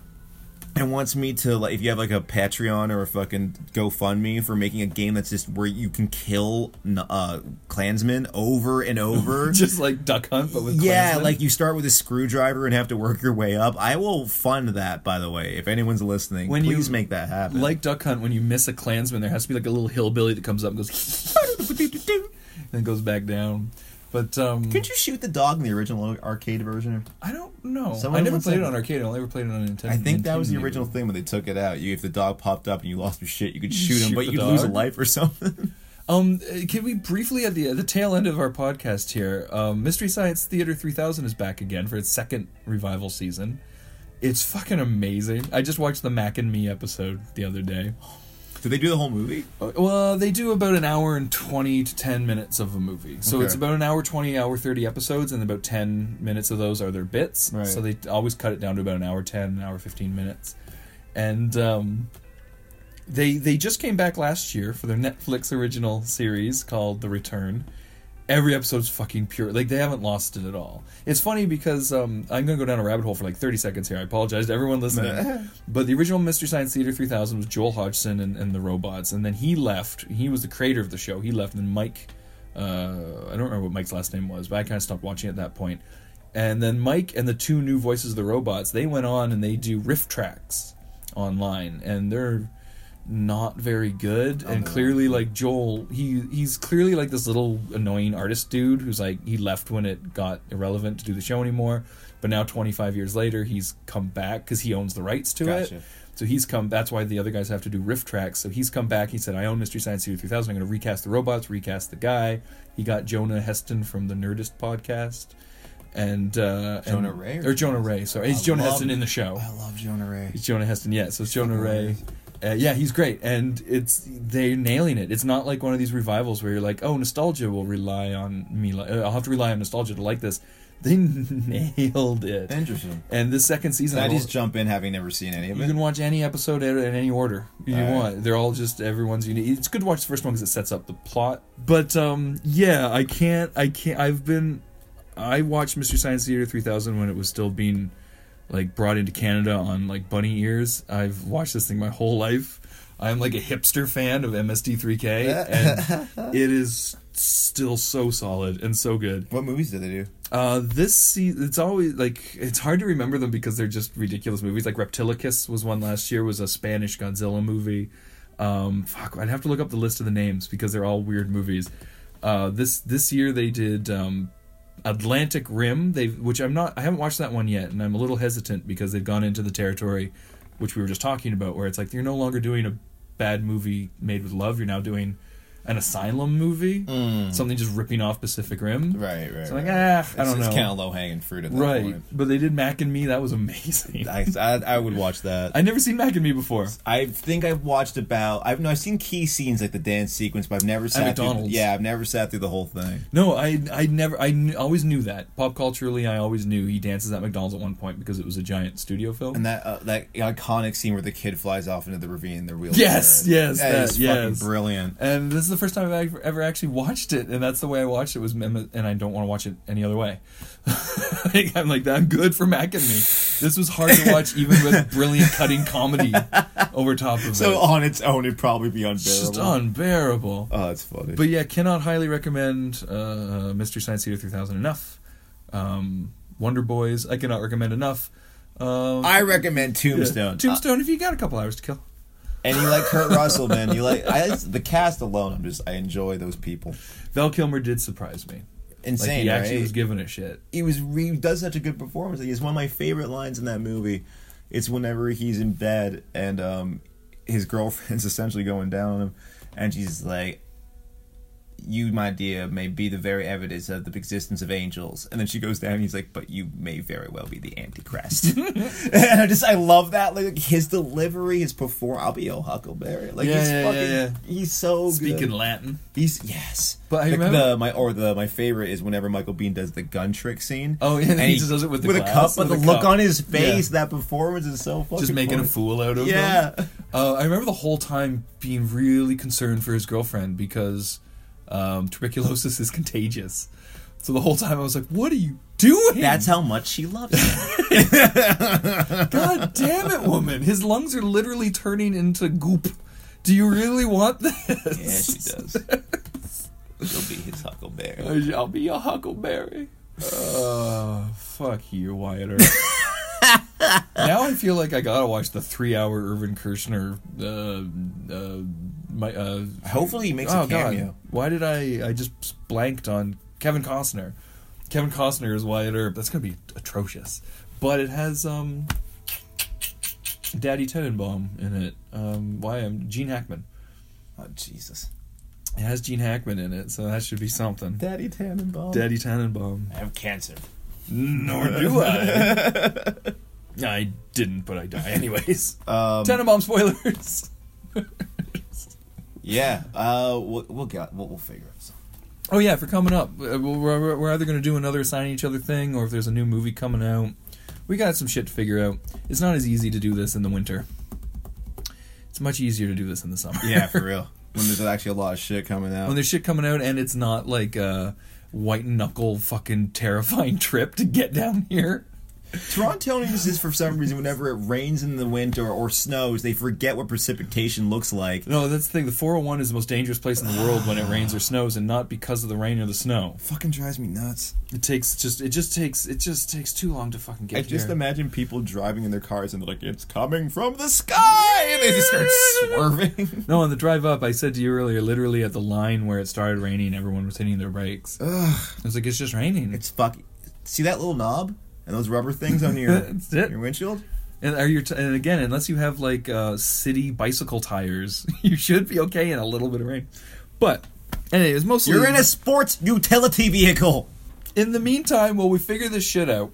Speaker 3: and wants me to like, if you have like a Patreon or a fucking GoFundMe for making a game that's just where you can kill n- uh Klansmen over and over,
Speaker 1: just like Duck Hunt, but with
Speaker 3: yeah,
Speaker 1: Klansmen.
Speaker 3: like you start with a screwdriver and have to work your way up. I will fund that, by the way, if anyone's listening.
Speaker 1: When you-
Speaker 3: please make that happen.
Speaker 1: like Duck Hunt, when you miss a Klansman, there has to be like a little hillbilly that comes up and goes, and then goes back down. But um,
Speaker 3: Couldn't you shoot the dog in the original arcade version?
Speaker 1: I don't know.
Speaker 3: Someone
Speaker 1: I never
Speaker 3: once
Speaker 1: played it
Speaker 3: said-
Speaker 1: on arcade. I only ever played it on Nintendo.
Speaker 3: I think that was the
Speaker 1: Nintendo.
Speaker 3: original thing when they took it out. You, if the dog popped up and you lost your shit, you could
Speaker 1: You
Speaker 3: shoot him,
Speaker 1: shoot
Speaker 3: but
Speaker 1: the
Speaker 3: you'd lose a
Speaker 1: dog.
Speaker 3: life or something.
Speaker 1: Um, uh, can we briefly at the at the tail end of our podcast here? Um, Mystery Science Theater 3000 is back again for its second revival season. It's fucking amazing. I just watched the Mac and Me episode the other day.
Speaker 3: Did they do the whole movie?
Speaker 1: Uh, Well, they do about an hour and 20 to 10 minutes of a movie. So
Speaker 3: Okay.
Speaker 1: it's about an hour 20, hour 30 episodes, and about 10 minutes of those are their bits.
Speaker 3: Right.
Speaker 1: So they always cut it down to about an hour 10, an hour 15 minutes. And um, they, they just came back last year for their Netflix original series called The Return. Every episode's fucking pure. Like, they haven't lost it at all. It's funny because um, I'm going to go down a rabbit hole for like 30 seconds here. I apologize to everyone listening. but the original Mystery Science Theater 3000 was Joel Hodgson and, and the robots. And then he left. He was the creator of the show. He left. And then Mike, uh, I don't remember what Mike's last name was, but I kind of stopped watching at that point. And then Mike and the two new voices of the robots, they went on and they do riff tracks online. And they're not very good and clearly like Joel he he's clearly like this little annoying artist dude who's like he left when it got irrelevant to do the show anymore but now 25 years later he's come back cuz he owns the rights to it
Speaker 3: Gotcha.
Speaker 1: so he's come that's why the other guys have to do riff tracks so he's come back he said I own Mystery Science Theater 3000 I'm going to recast the robots recast the guy he got Jonah Heston from the Nerdist podcast and uh
Speaker 3: Jonah
Speaker 1: and,
Speaker 3: Ray or-
Speaker 1: or Jonah Ray sorry
Speaker 3: I
Speaker 1: it's Jonah
Speaker 3: love-
Speaker 1: Heston in the show
Speaker 3: Oh, I love Jonah Ray.
Speaker 1: it's Jonah Heston, yeah. So it's Jonah Ray. Uh, yeah, he's great, and it's they're nailing it. It's not like one of these revivals where you're like, oh, nostalgia will rely on me. Li- uh, I'll have to rely on nostalgia to like this. They nailed it.
Speaker 3: Interesting.
Speaker 1: And this second season,
Speaker 3: Can I
Speaker 1: I'll-
Speaker 3: just jump in having never seen any of
Speaker 1: you
Speaker 3: it?
Speaker 1: can watch any episode in in any order you
Speaker 3: All right.
Speaker 1: want. They're all just everyone's unique. It's good to watch the first one because it sets up the plot. But um, yeah, I can't. I can't. I've been. I watched Mystery Science Theater 3000 when it was still being like brought into Canada on like bunny ears. I've watched this thing my whole life. I'm like a hipster fan of MSD3K, and it is still so solid and so good.
Speaker 3: What movies did they do?
Speaker 1: Uh, this season, it's always like it's hard to remember them because they're just ridiculous movies. Like Reptilicus was one last year, was a Spanish Godzilla movie. Um, fuck, I'd have to look up the list of the names because they're all weird movies. Uh, this this year they did um, Atlantic Rim, they which I'm not, I haven't watched that one yet, and I'm a little hesitant because they've gone into the territory which we were just talking about, where it's like you're no longer doing a bad movie made with love, you're now doing an asylum movie, something just ripping off Pacific Rim,
Speaker 3: Right, right.
Speaker 1: So like,
Speaker 3: right.
Speaker 1: ah,
Speaker 3: It's-
Speaker 1: I don't
Speaker 3: It's
Speaker 1: know.
Speaker 3: kind of low hanging fruit at that
Speaker 1: Right,
Speaker 3: point.
Speaker 1: but they did Mac and Me. That was amazing. I,
Speaker 3: I, I, I would watch that.
Speaker 1: would never seen Mac and Me before.
Speaker 3: I think I've watched about I've no I've seen key scenes like the dance sequence, but I've never sat through,
Speaker 1: McDonald's.
Speaker 3: yeah I've never sat through the whole thing.
Speaker 1: No, I I never I kn- always knew that pop culturally. I always knew he dances at McDonald's at one point because it was a giant studio film.
Speaker 3: And that uh, that iconic scene where the kid flies off into the ravine in their wheelchair.
Speaker 1: Yes, yes,
Speaker 3: that
Speaker 1: that-
Speaker 3: is
Speaker 1: yes.
Speaker 3: fucking brilliant.
Speaker 1: And this is the first time I've ever- ever actually watched it, and that's the way I watched it was, mem- and I don't want to watch it any other way. Like, I'm like, I'm good for Mac and Me. This was hard to watch even with brilliant cutting comedy over top of it.
Speaker 3: So on its own, it'd probably be unbearable.
Speaker 1: It's just unbearable.
Speaker 3: Oh, it's funny.
Speaker 1: But yeah, cannot highly recommend uh, Mystery Science Theater 3000 enough. Um, Wonder Boys, I cannot recommend enough. Um,
Speaker 3: I recommend Tombstone. Uh,
Speaker 1: Tombstone, if you got a couple hours to kill.
Speaker 3: and you like Kurt Russell, man. You like I, the cast alone. I'm just I enjoy those people.
Speaker 1: Val Kilmer did surprise me. Like,
Speaker 3: Insane,
Speaker 1: he actually
Speaker 3: right?
Speaker 1: was giving a shit.
Speaker 3: he was he does such a good performance. Like, it's one of my favorite lines in that movie. It's whenever he's in bed and um, his girlfriend's essentially going down on him, and she's like, you, my dear, may be the very evidence of the existence of angels. And then she goes down. and He's like, but you may very well be the Antichrist. and I just, I love that. Like his delivery, his perform. I'll be your Huckleberry. Like
Speaker 1: Yeah,
Speaker 3: he's
Speaker 1: yeah,
Speaker 3: fucking,
Speaker 1: yeah,
Speaker 3: he's so
Speaker 1: Speaking
Speaker 3: good.
Speaker 1: Latin.
Speaker 3: He's yes.
Speaker 1: But I
Speaker 3: the,
Speaker 1: remember-
Speaker 3: the- my or the my favorite is whenever Michael Bean does the gun trick scene.
Speaker 1: Oh, yeah, and he just does it with the
Speaker 3: with a cup.
Speaker 1: glass,
Speaker 3: But the
Speaker 1: with a
Speaker 3: look
Speaker 1: cup.
Speaker 3: on his face, that performance is so fucking.
Speaker 1: just making a
Speaker 3: funny.
Speaker 1: fool out of
Speaker 3: Yeah.
Speaker 1: him. Uh, I remember the whole time being really concerned for his girlfriend because um, tuberculosis is contagious. So the whole time I was like, "What are you doing?"
Speaker 3: That's how much she loves him.
Speaker 1: God damn it, woman! His lungs are literally turning into goop. Do you really want this?
Speaker 3: yeah, she does. She'll be his Huckleberry.
Speaker 1: I'll be your huckleberry. Uh, fuck you, Wyatt Earp. now I feel like I gotta watch the three-hour Irvin Kershner. Uh, uh, my, uh,
Speaker 3: Hopefully he makes a cameo.
Speaker 1: Why did I? I just blanked on Kevin Costner. Kevin Costner is Wyatt Earp. That's gonna be atrocious. But it has um, Daddy Tenenbaum in it. Um, why am Gene Hackman?
Speaker 3: Oh Jesus,
Speaker 1: It has Gene Hackman in it, so that should be something.
Speaker 3: Daddy Tannenbaum.
Speaker 1: Daddy Tannenbaum.
Speaker 3: I have cancer.
Speaker 1: Nor do I. I didn't, but I die anyways. Um, Tenenbaum spoilers.
Speaker 3: Yeah, uh, we'll we'll, get, we'll, we'll figure it. out.
Speaker 1: oh yeah, for coming up, Uh, we're, we're- we're either going to do another assign each other thing, or if there's a new movie coming out, we got some shit to figure out. It's not as easy to do this in the winter. It's much easier to do this in the summer.
Speaker 3: Yeah, for real. When there's actually a lot of shit coming out.
Speaker 1: when there's shit coming out and it's not like a white knuckle fucking terrifying trip to get down here.
Speaker 3: Torontonians is for some reason whenever it rains in the winter or snows, they forget what precipitation looks like.
Speaker 1: No, that's the thing. The 401 is the most dangerous place in the world when it rains or snows, and not because of the rain or the snow.
Speaker 14: Fucking drives me nuts.
Speaker 1: It takes just it just takes it just takes too long to fucking get
Speaker 3: I just
Speaker 1: here.
Speaker 3: imagine people driving in their cars and they're like, "It's coming from the sky," and they just start swerving.
Speaker 1: no, on the drive up, I said to you earlier, literally at the line where it started raining, everyone was hitting their brakes. I was like, it's just raining.
Speaker 3: It's fuck. See that little knob and those rubber things on your
Speaker 1: That's it.
Speaker 3: your windshield?
Speaker 1: and are your t- and again, unless you have like uh, city bicycle tires, you should be okay in a little bit of rain. But anyway, it was mostly
Speaker 3: You're in a sports utility vehicle.
Speaker 1: in the meantime, while we figure this shit out,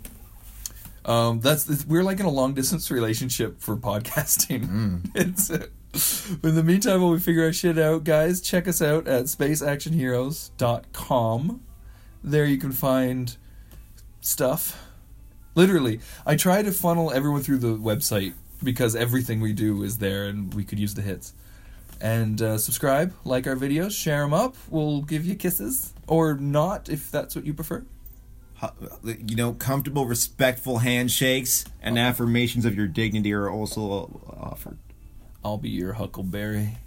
Speaker 1: um, that's that's- we're like in a long distance relationship for podcasting. It's but in the meantime, while we figure our shit out, guys, check us out at spaceactionheroes.com. There you can find stuff. Literally, I try to funnel everyone through the website because everything we do is there, and we could use the hits. And uh, subscribe, like our videos, share them up. We'll give you kisses or not if that's what you prefer.
Speaker 3: You know, comfortable, respectful handshakes and affirmations of your dignity are also offered.
Speaker 1: I'll be your Huckleberry.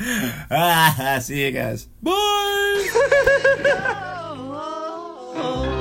Speaker 3: Ah, see you guys.
Speaker 1: Bye.
Speaker 15: Oh.